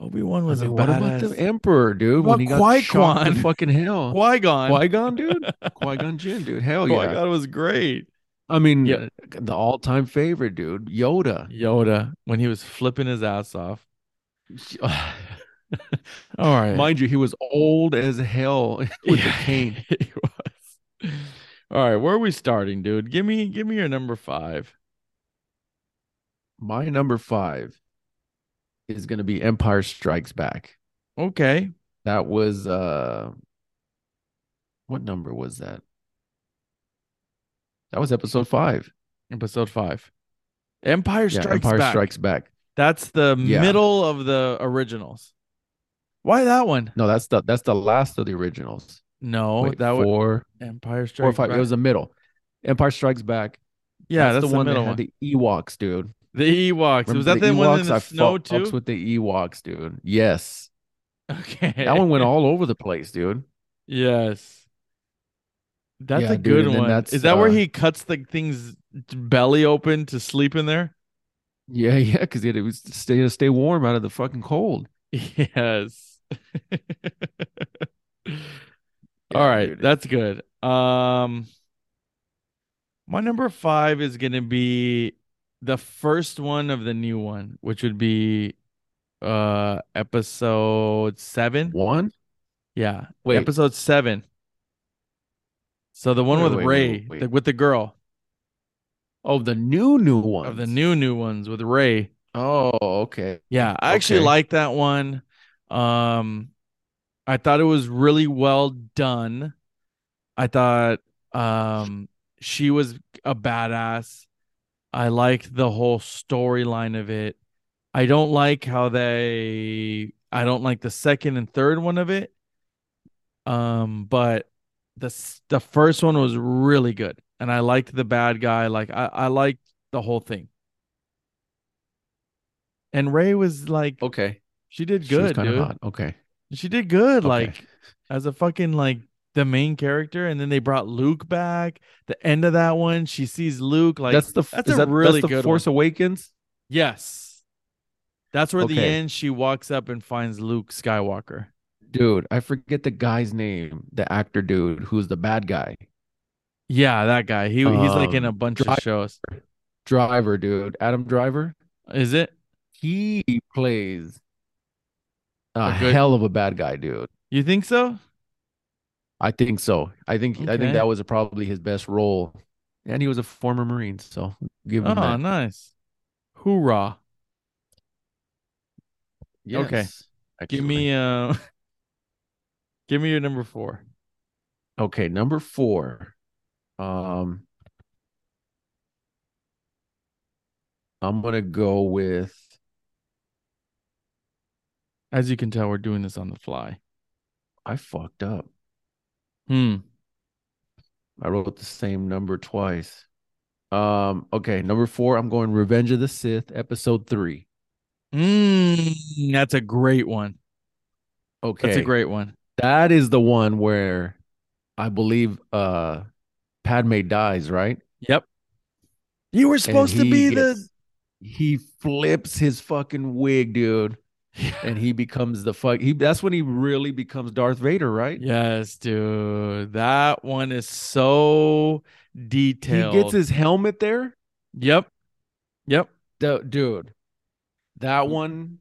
Obi Wan was
I mean,
a
what
badass.
about the emperor, dude? When
What
he got
about
shot to
Qui-Gon?
fucking hell.
Qui oh, Gon.
Qui Gon, dude. Qui Gon Jinn, dude. Hell yeah.
Qui Gon was great.
I mean,
Yeah.
the all-time favorite, dude. Yoda.
Yoda when he was flipping his ass off. All right,
Mind you, he was old as hell with the cane.
he was. All right, where are we starting, dude? Give me, give me your number five.
My number five is going to be Empire Strikes Back.
Okay,
That was uh, what number was that? That was episode five.
episode five. Empire
yeah,
Strikes
Empire
Back.
Strikes Back.
That's the
Yeah.
middle of the originals. Why that one?
No, that's the that's the last of the originals.
No,
Wait,
Oh, that was
four,
Empire Strikes
four or five.
Back.
It was the middle. Empire Strikes Back.
yeah, that's,
the, one
middle
that
one.
had the Ewoks, dude.
The Ewoks. was
Remember
that the, one in
Ewoks?
the
I
snow
fuck- fucks
too?
with the Ewoks, dude. Yes,
okay,
that one went all over the place, dude.
Yes. That's
Yeah,
a
dude,
good
and then
one.
that's,
Is that where
uh,
he cuts the thing's belly open to sleep in there?
Yeah, yeah, because it was stay to stay warm out of the fucking cold.
Yes. All
Yeah,
right,
dude.
that's good. Um my number 5 is going to be the first one of the new one, which would be uh episode 7.
One.
Yeah.
Wait.
Episode 7. So the one
Wait,
with
wait,
Ray,
wait, wait.
the- with the girl.
Oh, the new new one
of the new new ones with Ray.
Oh, okay.
Yeah, I actually
Okay.
like that one. Um I thought it was really well done. I thought um she was a badass. I liked the whole storyline of it. I don't like how they I don't like the second and third one of it. Um but the s- the first one was really good and I liked the bad guy like I I liked the whole thing. And Ray was like
Okay.
she did
Oh, She was
good,
kinda
dude.
hot. Okay.
She did good,
Okay.
like as a fucking like the main character. And then they brought Luke back. The end of that one, she sees Luke like
that's the f-
that's
is
a
that,
really
that's the
good
Force Awakens.
yes, that's where the
Okay.
end. She walks up and finds Luke Skywalker.
Dude, I forget the guy's name, the actor dude who's the bad guy.
Yeah, that guy. He he's like in a
Um,
bunch
Dri-
of shows.
Driver, dude. Adam Driver.
Is it?
He plays a,
A good-
hell of a bad guy, dude.
You think so?
I think so. I think I
Okay.
think that was probably his best role, and he was a former Marine, so give him
Oh,
that.
nice. Hoorah. okay.
Yes,
Give
actually.
me uh give me your number four.
Okay, number four. Um, I'm gonna go with
As you can tell, we're doing this on the fly.
I fucked up.
Hmm.
I wrote the same number twice. Um, okay, number four. I'm going Revenge of the Sith, episode three.
Mm, that's a great one.
Okay,
That's a great one.
That is the one where I believe uh Padme dies, right?
Yep. You were
And he gets- he flips his fucking wig, dude, and he becomes the fuck. He that's when he really becomes Darth Vader, right?
Yes, dude. That one is so detailed.
He gets his helmet there,
Yep. Yep.
Du- dude. That one,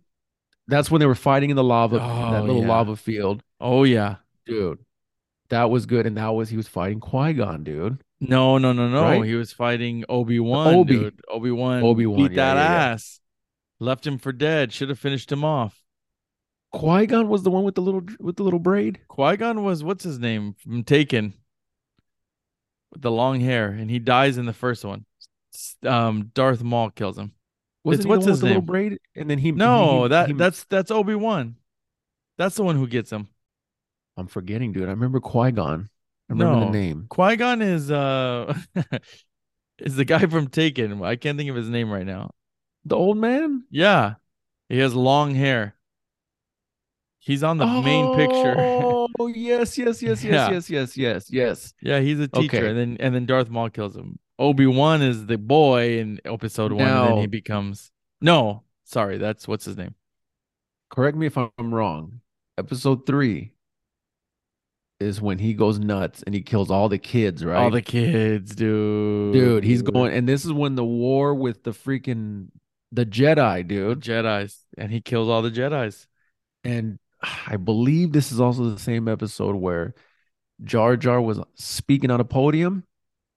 that's when they were fighting in the lava, that
Mm. Oh,
little
yeah.
lava field,
Oh yeah.
dude. That was good, and that was he was fighting Qui Gon, dude.
No, no, no, no.
Right?
He was fighting Obi-Wan,
Obi.
dude. Obi-Wan
Obi-Wan,
beat
yeah,
that
yeah, yeah.
ass. Left him for dead. Should have finished him off.
Qui Gon was the one with the little with the little braid.
Qui Gon was what's his name from Taken, with the long hair, and he dies in the first one. S- Um, Darth Maul kills him.
Was
It's- what's
it the one
his
with the little
name?
braid? And then he
No,
he-
that
he-
that's that's Obi Wan. That's the one who gets him.
I'm forgetting, dude. I remember Qui Gon. I remember
No.
the name.
Qui Gon is uh is the guy from Taken. I can't think of his name right now.
The old man.
Yeah, he has long hair. He's on the main picture.
Oh yes, yes, yes, yes,
Yeah.
yes, yes, yes, yes.
yeah, he's a teacher,
Okay.
and then and then Darth Maul kills him. Obi Wan is the boy in episode one, and then he
Now-
becomes no. Sorry, that's what's his name.
Correct me if I'm wrong. Episode three is when he goes nuts and he kills all the kids, right?
All the kids, dude.
dude, he's going, and this is when the war with the freaking the Jedi,
The
dude.
Jedi's, and he kills all the Jedi's.
And I believe this is also the same episode where Jar Jar was speaking on a podium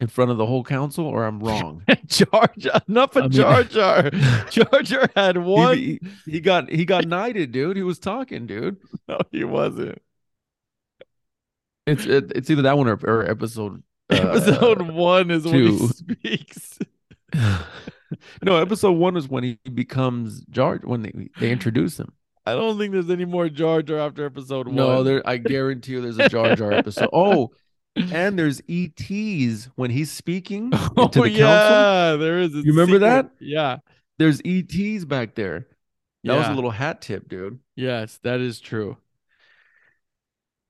in front of the whole council, or I'm wrong.
Jar Jar, enough
I mean-
of Jar Jar. Jar Jar had one.
He, he- he got he got knighted, dude. He was talking, dude.
no, he wasn't.
It's it, it's either that one or, or episode uh,
episode one is when he
two.
speaks.
no, episode one is when he becomes Jar. When they, they introduce him.
I don't think there's any more Jar Jar after episode
No,
one.
there. I guarantee you, there's a Jar Jar episode. Oh, and there's ETs when he's speaking
Oh
to the council.
yeah, there is. It's
You remember
secret.
that?
Yeah.
There's ETs back there. That was a
Yeah.
little hat tip, dude.
Yes, that is true.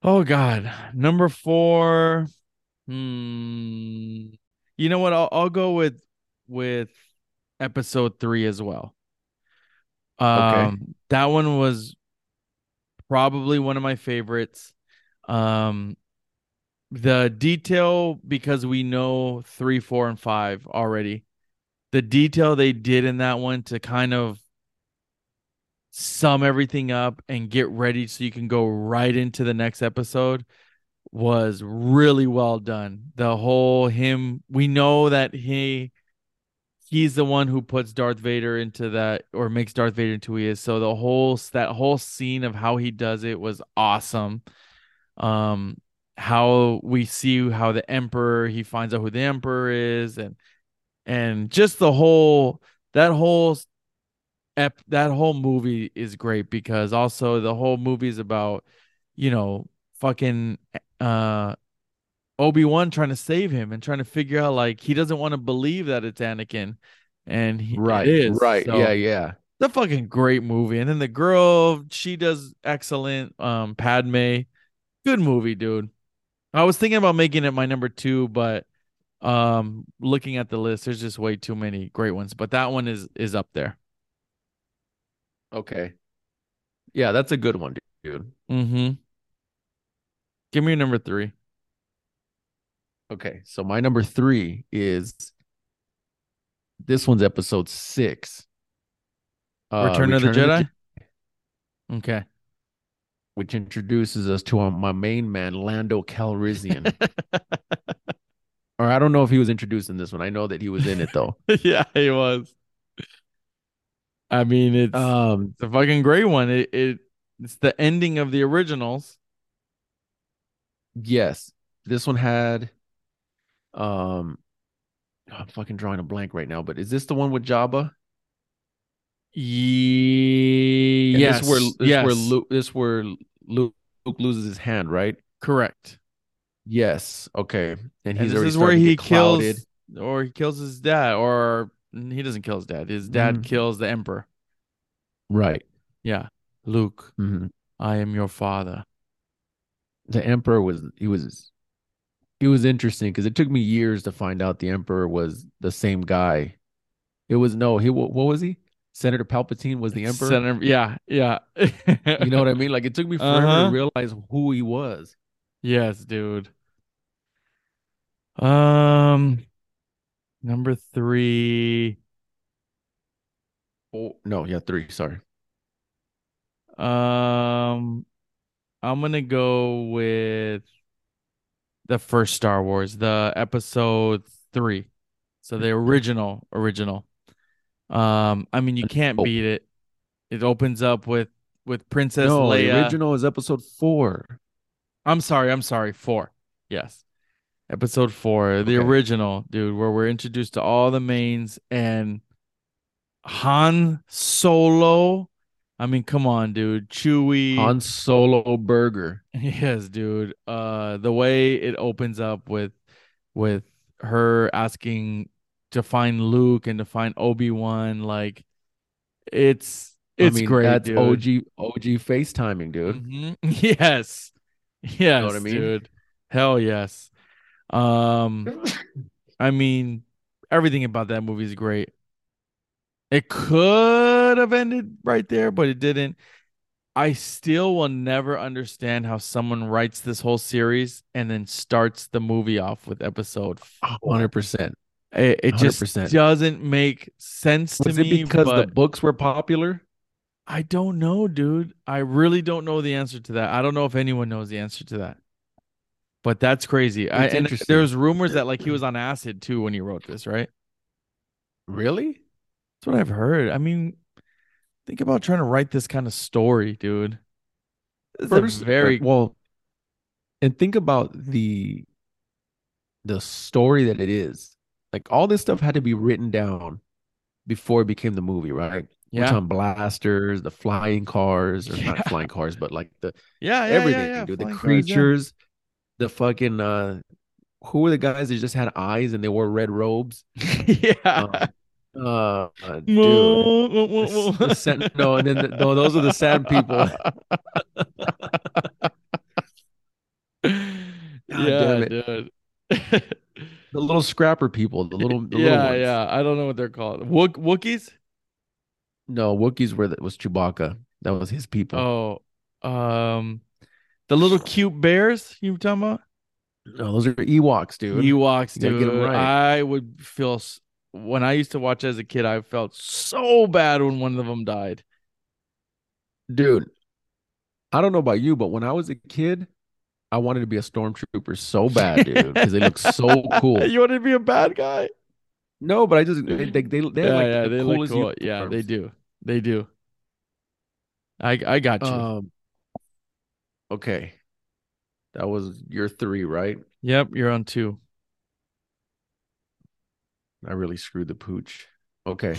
Oh God, number four. Hmm. You know what? I'll I'll go with with episode three as well. Um, that one was probably one of my favorites. Um, the detail because we know three, four, and five already. The detail they did in that one to kind of sum everything up and get ready so you can go right into the next episode was really well done. The whole him we know that he he's the one who puts Darth Vader into that or makes Darth Vader into who he is. So the whole that whole scene of how he does it was awesome. Um how we see how the emperor he finds out who the emperor is and and just the whole that whole ep- that whole movie is great because also the whole movie is about you know fucking uh Obi-Wan trying to save him and trying to figure out like he doesn't want to believe that it's Anakin and he,
Right.
it is
right.
So
Yeah. Yeah.
the fucking great movie and then the girl she does excellent um Padme good movie dude I was thinking about making it my number 2 but um looking at the list there's just way too many great ones but that one is is up there
Okay. Yeah, that's a good one, dude.
Mm-hmm. Give me your number three.
Okay, so my number three is this one's episode six. Uh,
Return, of the
Je-
Jedi. okay.
which introduces us to our, my main man, Lando Calrissian. or I don't know if he was introduced in this one. I know that he was in it though.
yeah, he was. I mean, it's
um,
Uh, it's a fucking great one. It, it it's the ending of the originals.
yes, this one had. Um, I'm fucking drawing a blank right now, but is this the one with Jabba?
Ye-
And
Yes,
This where this
yes,
where Luke this where Luke, Luke loses his hand, right?
correct.
Yes. Okay. And
And
he's
this
already
is where
starting to
he
get clouded.
kills, or he kills his dad, or he doesn't kill his dad. His dad
Mm.
kills the emperor.
Right.
Yeah, Luke,
Mhm.
I am your father.
The emperor was he was it was interesting because it took me years to find out the emperor was the same guy. It was no, he wa- what was he? Senator Palpatine was the emperor.
Senator- yeah, yeah.
You know what I mean? Like it took me forever
Uh-huh.
to realize who he was.
Yes, dude. Um, number three.
Oh no, yeah, three. Sorry.
Um, I'm gonna go with the first Star Wars, the episode three. So the original, original. Um, I mean, you can't
Oh.
beat it. It opens up with with Princess
no, the
Leia.
original is episode four.
I'm sorry, I'm sorry. Four. Yes. Episode four, the
Okay.
original, dude, where we're introduced to all the mains and Han Solo. I mean, come on, dude. Chewie.
Han Solo Burger.
Yes, dude. Uh, the way it opens up with with her asking to find Luke and to find Obi-Wan, like it's
I
it's
mean,
great,
That's
dude.
OG OG FaceTiming, dude.
Mhm. Yes. Yes,
what I mean?
dude. Hell yes. Um, I mean, everything about that movie is great. It could have ended right there, but it didn't. I still will never understand how someone writes this whole series and then starts the movie off with episode. F-
Hundred percent.
It, it just
100%.
doesn't make sense to
Was
me.
it because
but-
the books were popular?
I don't know, dude. I really don't know the answer to that. I don't know if anyone knows the answer to that. But that's crazy. I,
It's
and
interesting.
there's rumors that like he was on acid too when he wrote this, right?
Really?
That's what I've heard. I mean, think about trying to write this kind of story, dude. This is a very
well. And think about the the story that it is. Like all this stuff had to be written down before it became the movie, right? We're
yeah,
talking blasters, the flying cars, or
Yeah.
not flying cars, but like the
yeah, yeah,
everything,
yeah, yeah.
dude. The
flying cars, yeah.
creatures, the fucking uh who were the guys that just had eyes and they wore red robes?
yeah.
Um, uh, uh, dude.
dude.
The sen- no, and then the- no, those are the sand people. damn
yeah,
it.
dude.
The little scrapper people, the little, the
yeah,
little ones.
yeah. I don't know what they're called. Wook Wookiees?
No, Wookiees were that was Chewbacca. That was his people.
Oh, um, the little cute bears you talking about?
No, those are Ewoks, dude.
Ewoks,
You
dude.
gotta get 'em right.
I would feel s- when I used to watch as a kid. I felt so bad when one of them died.
dude, I don't know about you, but when I was a kid, I wanted to be a stormtrooper so bad, dude, because they look so cool.
you want to be a bad guy?
No, but I just they they they, they had,
yeah,
like
yeah,
the
they look
coolest
cool. Yeah, they
uniforms.
do. They do. I I got you.
Um, okay, that was your three, right?
yep, you're on two.
I really screwed the pooch. Okay.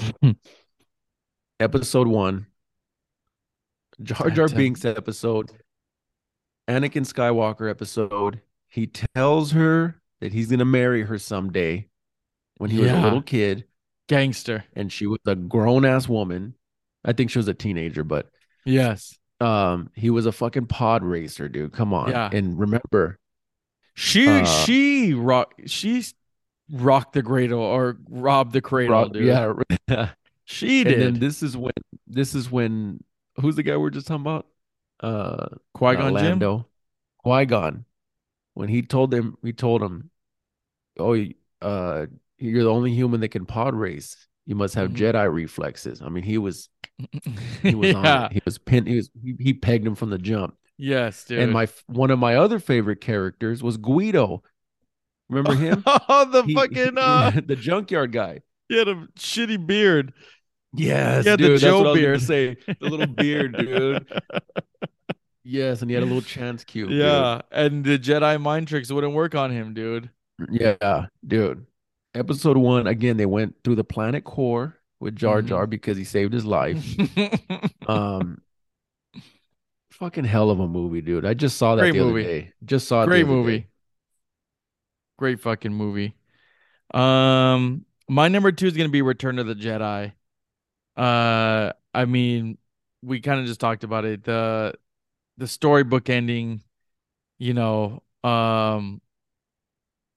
episode one. Jar Jar
Fantastic.
Binks episode. Anakin Skywalker episode. He tells her that he's gonna marry her someday when he was
Yeah.
a little kid
Gangster.
and she was a grown ass woman. I think she was a teenager, but
Yes.
um he was a fucking pod racer, dude. Come on.
Yeah.
And remember,
She
Uh,
she rock she rocked the cradle or robbed the cradle,
Rob-
dude.
yeah,
She
and then
did.
this is when this is when who's the guy we we're just talking about? Uh
Qui Gon Jinn.
Lando, Qui Gon, when he told him, he told him, "Oh, y- uh, you're the only human that can pod race. You must have
Mhm.
Jedi reflexes." I mean, he was he was on it. He was pinned. He was he, he pegged him from the jump.
Yes, dude.
And my f- one of my other favorite characters was Guido. Remember him?
oh, the
He-
fucking uh,
the junkyard guy.
he had a shitty beard.
Yes,
He had the
dude. that's
Joe
what I was gonna
beard.
say the little beard, dude. Yes, and he had a little chance cube. dude.
Yeah, and the Jedi mind tricks wouldn't work on him, dude.
Yeah, dude. Episode one, again, they went through the planet core with Jar
Mhm.
Jar because he saved his life. Um, fucking hell of a movie, dude. I just saw that
Great
the other
movie.
day. Just saw it the
Great
other day.
movie. Great fucking movie. Um, my number two is gonna be Return of the Jedi. Uh, I mean, we kind of just talked about it. The the storybook ending, you know, um,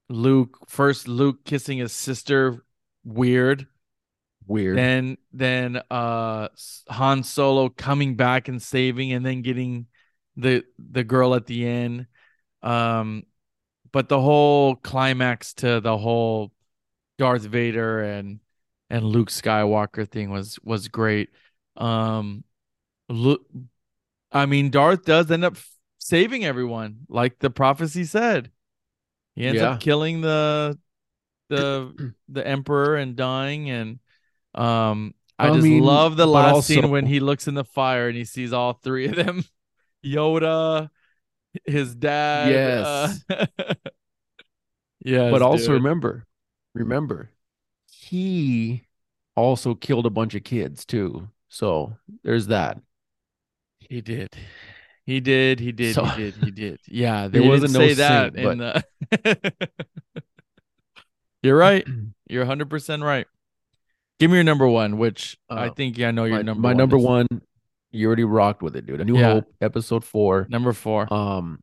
Luke first Luke kissing his sister, weird.
Weird.
Then then uh S- Han Solo coming back and saving and then getting the the girl at the end. Um but the whole climax to the whole Darth Vader and and Luke Skywalker thing was was great. Um Luke I mean Darth does end up f- saving everyone like the prophecy said. He ends
Yeah.
up killing the the the emperor and dying and um, I,
I
just
mean,
love the
but
last
also-
scene when he looks in the fire and he sees all three of them: Yoda, his dad. Uh, yes,
but also
dude.
remember, remember, he also killed a bunch of kids too. So there's that.
he did. He did. He did.
So-
He did. He did. Yeah, they wasn't
wasn't no
say that
saint,
in the. You're right. You're 100 percent right. Give me your number one, which I
Uh,
think yeah, I know
my
your number.
my
one
number
is.
one, you already rocked with it, dude. A New
Yeah.
Hope, episode four.
Number four.
Um,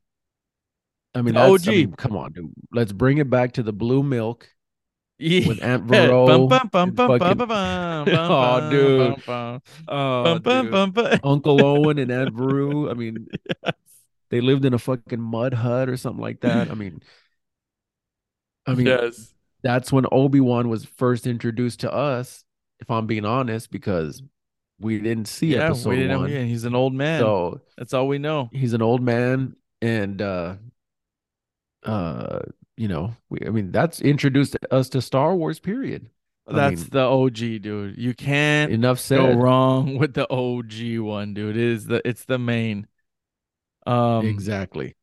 I mean,
The
that's,
OG.
I mean, come on, dude. Let's bring it back to the blue milk
yeah.
with Aunt Vero.
Bum, bum, bum,
and
bum, bum,
fucking-
bum, bum,
Aw,
bum,
dude.
bum, bum.
Oh,
Bum, bum,
dude.
bum, bum.
Uncle Owen and Aunt Veru. I mean, they lived in a fucking mud hut or something like that. I mean, I mean,
yes.
that's when Obi Wan was first introduced to us. If I'm being honest, because we didn't see
Yeah,
episode
we didn't
one,
yeah, he's an old man.
so
That's all we know.
he's an old man, and uh, uh, you know, we, I mean, that's introduced us to Star Wars. Period. I
That's
mean,
the OG, dude. You can't
enough
go
said.
wrong with the OG one, dude. It is the it's the main. Um
exactly.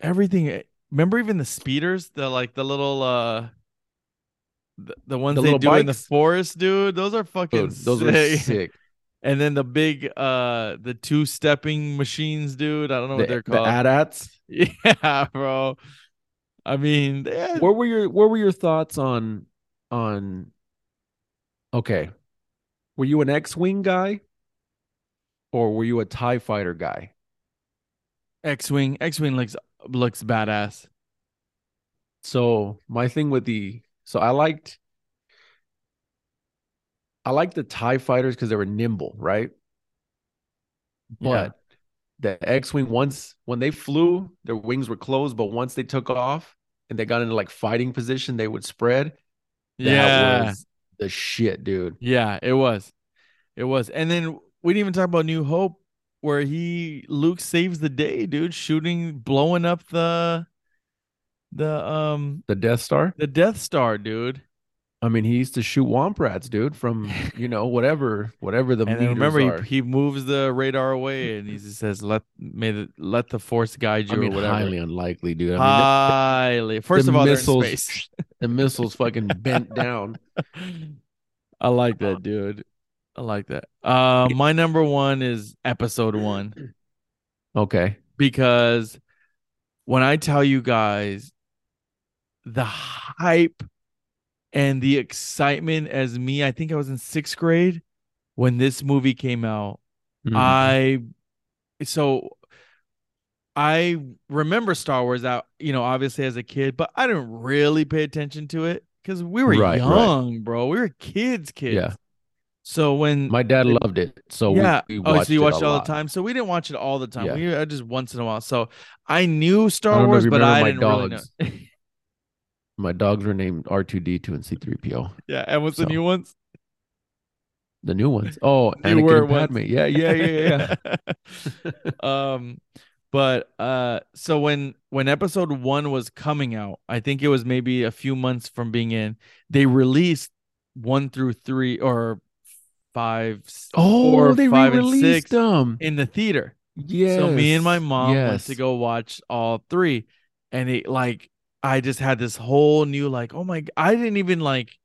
everything eh, remember even the speeders, the like the little uh the, the ones they
little
do in the
bikes?
forest, dude. Those are fucking
Dude, those were
sick.
sick.
And then the big uh the two stepping machines, dude. I don't know
The,
what they're
the
called.
AT-ATs.
Yeah, bro. I mean, yeah,
what were your what were your thoughts on on okay were you an x-wing guy or were you a tie fighter guy
X-wing, X-wing looks looks badass.
so my thing with the so i liked i liked the tie fighters because they were nimble right
Yeah.
but the x-wing once when they flew their wings were closed but once they took off and they got into like fighting position they would spread that
yeah,
was the shit dude
yeah, it was, it was. And then we didn't even talk about New Hope, where he Luke saves the day, dude, shooting, blowing up the the um
the death star
the Death Star, dude.
I mean, he used to shoot womp rats, dude, from you know whatever, whatever the
and then
meters
remember,
are.
he, he moves the radar away, and he just says, "Let may the, let the Force guide you."
I mean,
or whatever.
highly unlikely, dude. I mean, the-
highly. First
the
of all,
missiles,
they're in space.
the missiles fucking bent down.
I like
Uh,
that, dude. I like that. Uh, my number one is episode one
Okay,
because when I tell you guys the hype and the excitement as me, I think I was in sixth grade when this movie came out. Mm-hmm.
Mhm.
I so I remember Star Wars out, you know, obviously as a kid, but I didn't really pay attention to it because we were
Right, right.
young, bro. We were kids, kids.
Yeah.
So when
my dad loved it, so
yeah,
we, we watched
oh, so you watched it all
lot.
the time. So we didn't watch it all the time.
Yeah.
We uh, just once in a while. So I knew
I
Star
don't know if
Wars,
you
but
remember
I
my
didn't
dogs.
really know.
My dogs were named R two D two and C three PO.
yeah, and what's
So.
the new ones?
The new ones. Oh,
They
Anakin
were
and
once.
Padme. Yeah, yeah, yeah, yeah.
um but uh so when when episode 1 was coming out i think it was maybe a few months from being in they released 1 through 3 or 5 s-
oh,
Four,
they
five, and
re-released
six.
them.
in the theater
Yeah.
so me and my mom
yes.
went to go watch all 3 and it like i just had this whole new like oh my g- i didn't even like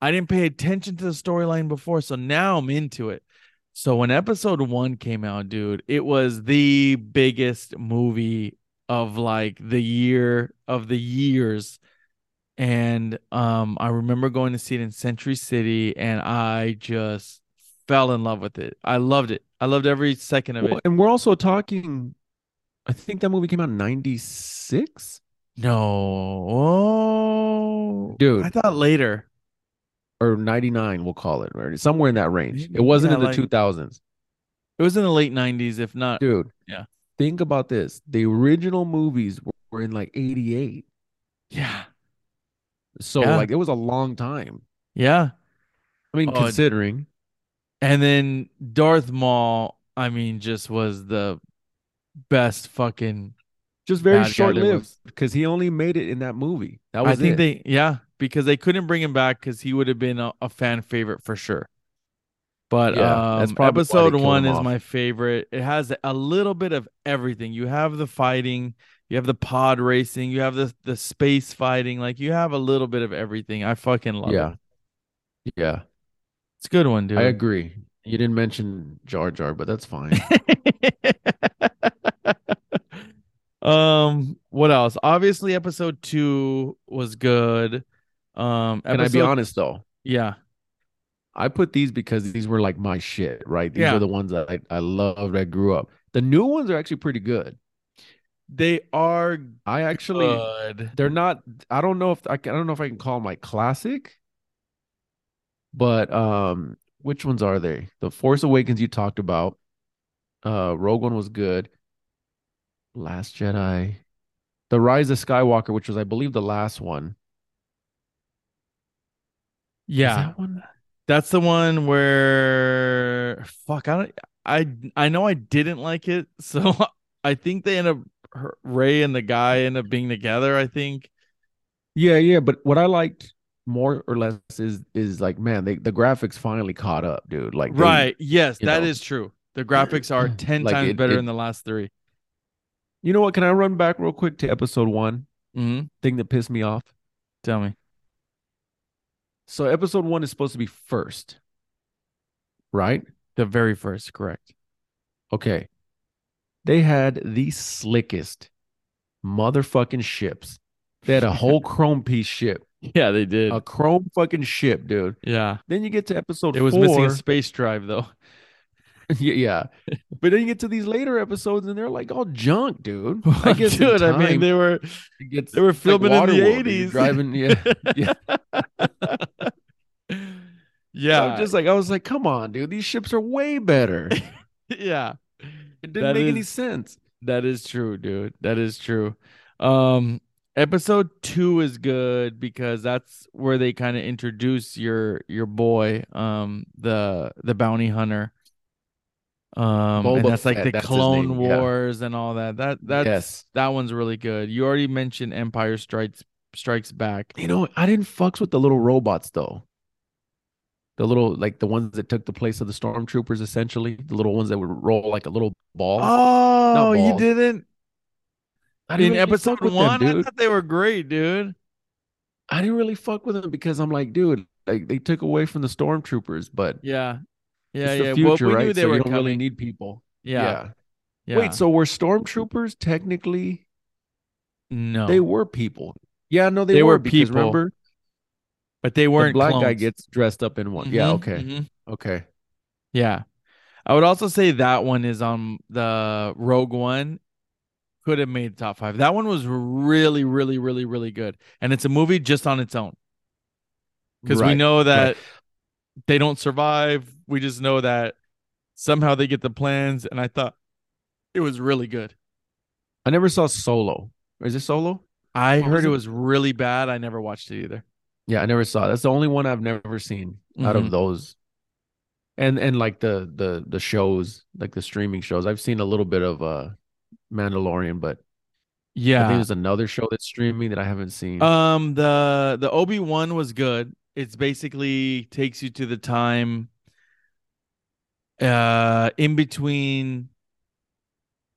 i didn't pay attention to the storyline before so now i'm into it So when episode one came out, dude, it was the biggest movie of like the year of the years. And um, I remember going to see it in Century City and I just fell in love with it. I loved it. I loved every second of
Well,
it.
and we're also talking. I think that movie came out in '96
No. Oh.
Dude.
I thought later.
or '99. We'll call it or somewhere in that range. It wasn't
Yeah,
in the
like-
2000s,
It was in the late 90s, if not.
dude.
Yeah.
Think about this. The original movies were- were in like '88,
Yeah.
so
Yeah.
like it was a long time.
Yeah.
I mean,
Oh, and-
considering
And then Darth Maul, I mean, just was the best fucking.
just
bad
very
guy there
short lived
was.
because he only made it in that movie. That was
I think
it.
they, yeah, because they couldn't bring him back because he would have been a, a fan favorite for sure. But
Yeah, that's
um,
probably why they
episode
killed
one
him
is
off.
my favorite. It has a little bit of everything. You have the fighting, you have the pod racing, you have the the space fighting. Like you have a little bit of everything. I fucking love
yeah,
it.
yeah.
It's a good one, dude.
I agree. You didn't mention Jar Jar, but that's fine.
um, what else? Obviously, episode two was good. Um,
Can I be
episode-
honest though?
Yeah,
I put these because these were like my shit, right? These
Yeah.
are the ones that I, I loved. I grew up. The new ones are actually pretty good.
they are
I actually,
Oh, good.
they're not. I don't know if I, can, I don't know if I can call them like classic, but um, which ones are they? The Force Awakens you talked about. Uh, Rogue One was good. Last Jedi, The Rise of Skywalker, which was I believe the last one. Is
Yeah,
that one.
that's the one where fuck. I don't. I I know I didn't like it, so I think they end up her, Ray and the guy end up being together. I think.
Yeah, yeah, but what I liked more or less is is like man, they the graphics finally caught up, dude. Like they-
right. Yes,
you
that is
know.
true. The graphics are ten
Like,
times
it-
better
it-
than the last 3
You know what? Can I run back real quick to episode one?
Mm-hmm.
Thing that pissed me off.
Tell me.
So episode one is supposed to be first, right?
The very first, correct.
Okay. They had the slickest motherfucking ships. They had a whole chrome piece ship,
Yeah, they did.
a chrome fucking ship, dude.
yeah.
Then you get to episode
It was
four.
missing a space drive though.
yeah, yeah. But then you get to these later episodes, and they're like all junk, dude. I guess in
Dude, I mean
time-
they were
It gets
they were
it's like
filming in the
Waterworld. You're
eighties.
driving yeah yeah.
yeah.
I'm just like i was like come on dude these ships are way better it
yeah.
didn't
That
make any
is-
sense
That is true, dude. That is true. Um episode two is good because that's where they kind of introduce your your boy, um, the the bounty hunter. Um and
Boba
that's like
Fett,
the
that's his
Clone
name, yeah.
Wars and all that. That that's
yes
that one's really good. You already mentioned Empire Strikes Strikes Back.
you know i didn't fucks with the little robots though the little like the ones that took the place of the stormtroopers essentially the little ones that would roll like a little ball
Oh, you
balls.
didn't
i
in
really
episode
fuck with them,
one. I
dude
thought they were great, dude.
i didn't really fuck with them because i'm like dude like they took away from the stormtroopers but
Yeah, yeah,
it's the
yeah. Well,
future
we
right
knew they
so
were
you don't
coming.
really need people
yeah, yeah.
yeah wait so were stormtroopers technically
no,
They were people. Yeah, no, they,
They
were,
were
because
people.
remember
but they
the
weren't.
black guy
clones.
gets dressed up in one. Yeah,
Mhm,
okay,
mhm.
okay.
Yeah, I would also say that one is on the Rogue One. Could have made top five. That one was really, really, really, really good, and it's a movie just on its own because we
Right.
know that they don't survive. We just know that somehow they get the plans, and I thought it was really good.
I never saw Solo. Is it Solo?
I
What
heard
was
it
it?
was really bad. I never watched it either.
Mm-hmm. Yeah, I never saw. it. That's the only one I've never seen out
Mhm.
of those. and and like the the the shows like the streaming shows i've seen a little bit of uh mandalorian but i think
Yeah.
there's another show that's streaming that i haven't seen
Um the the Obi-Wan was good. It's basically takes you to the time uh in between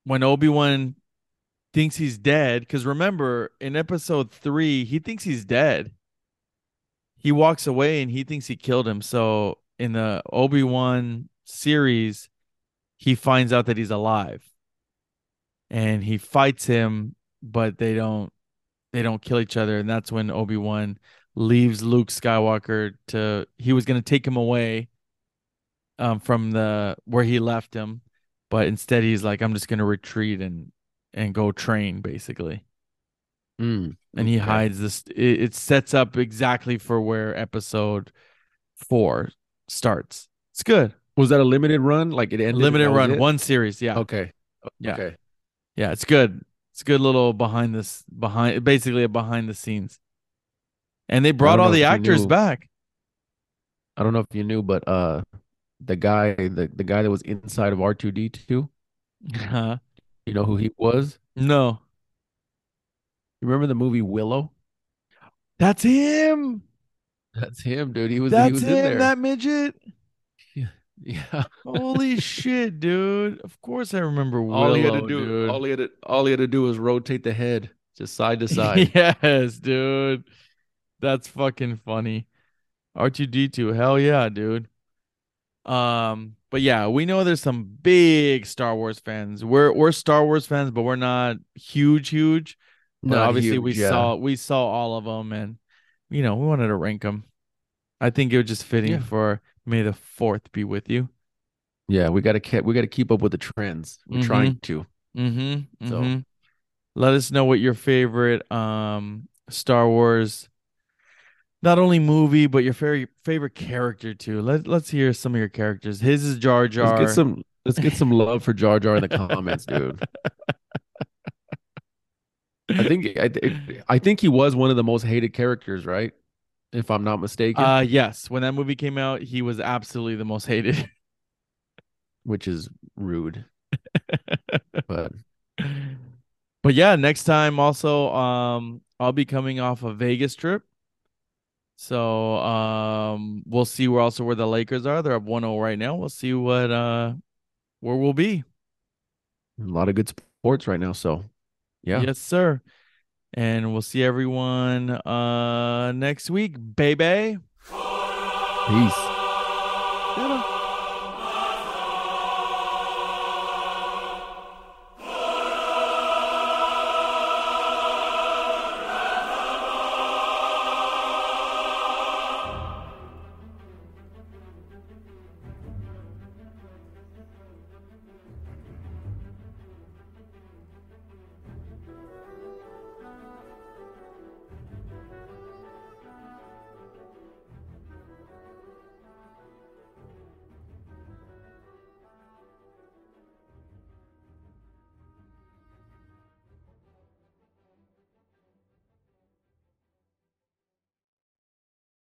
when Obi-Wan thinks he's dead cuz remember in episode 3 he thinks he's dead. He walks away and he thinks he killed him. So in the Obi-Wan series he finds out that he's alive. And he fights him but they don't they don't kill each other and that's when obi-wan leaves luke skywalker to he was going to take him away um, from the where he left him but instead he's like i'm just going to retreat and and go train basically
Mm,
and he
okay.
hides this it, it sets up exactly for where episode four starts it's good
was that a limited run like it ended and
limited
that was
run
it?
one series yeah
okay
Yeah.
okay
yeah it's good it's a good little behind this behind basically a behind the scenes and they brought
don't
all
know
the
if you
actors
knew-
back
i don't know if you knew but uh the guy the, the guy that was inside of r2d2
Huh?
you know who he was
No,
you remember the movie willow
that's him.
that's him dude he was he
That's
was
him.
in there
That midget.
yeah
Holy shit, dude! Of course, I remember Willow.
all he had to do
dude.
all he had to all he had to do was rotate the head just side to side
yes, dude. That's fucking funny. R two D two. Hell yeah, dude. Um, but yeah, we know there's some big Star Wars fans. We're we're Star Wars fans, but we're not huge, huge. But
Not
obviously, we
huge, yeah.
saw we saw all of them, and you know we wanted to rank them. I think it was just fitting
Yeah.
for May the Fourth be with you.
Yeah, we gotta keep we gotta keep up with the trends. We're
Mhm.
trying to.
Mm-hmm.
So-
mhm. let us know what your favorite um Star Wars, not only movie but your favorite favorite character too. Let Let's hear some of your characters. His is Jar Jar.
Let's get some let's get some love for Jar Jar in the comments, dude. I think I, th- I think he was one of the most hated characters, right? If I'm not mistaken,
Uh yes, when that movie came out, he was absolutely the most hated.
which is rude. but
but yeah, next time also um I'll be coming off a Vegas trip. So um we'll see where also where the Lakers are. They're up 1-0 right now. We'll see what uh where we'll be.
a lot of good sports right now, so yeah.
Yes, sir. And we'll see everyone uh next week, baby.
Peace.
Later.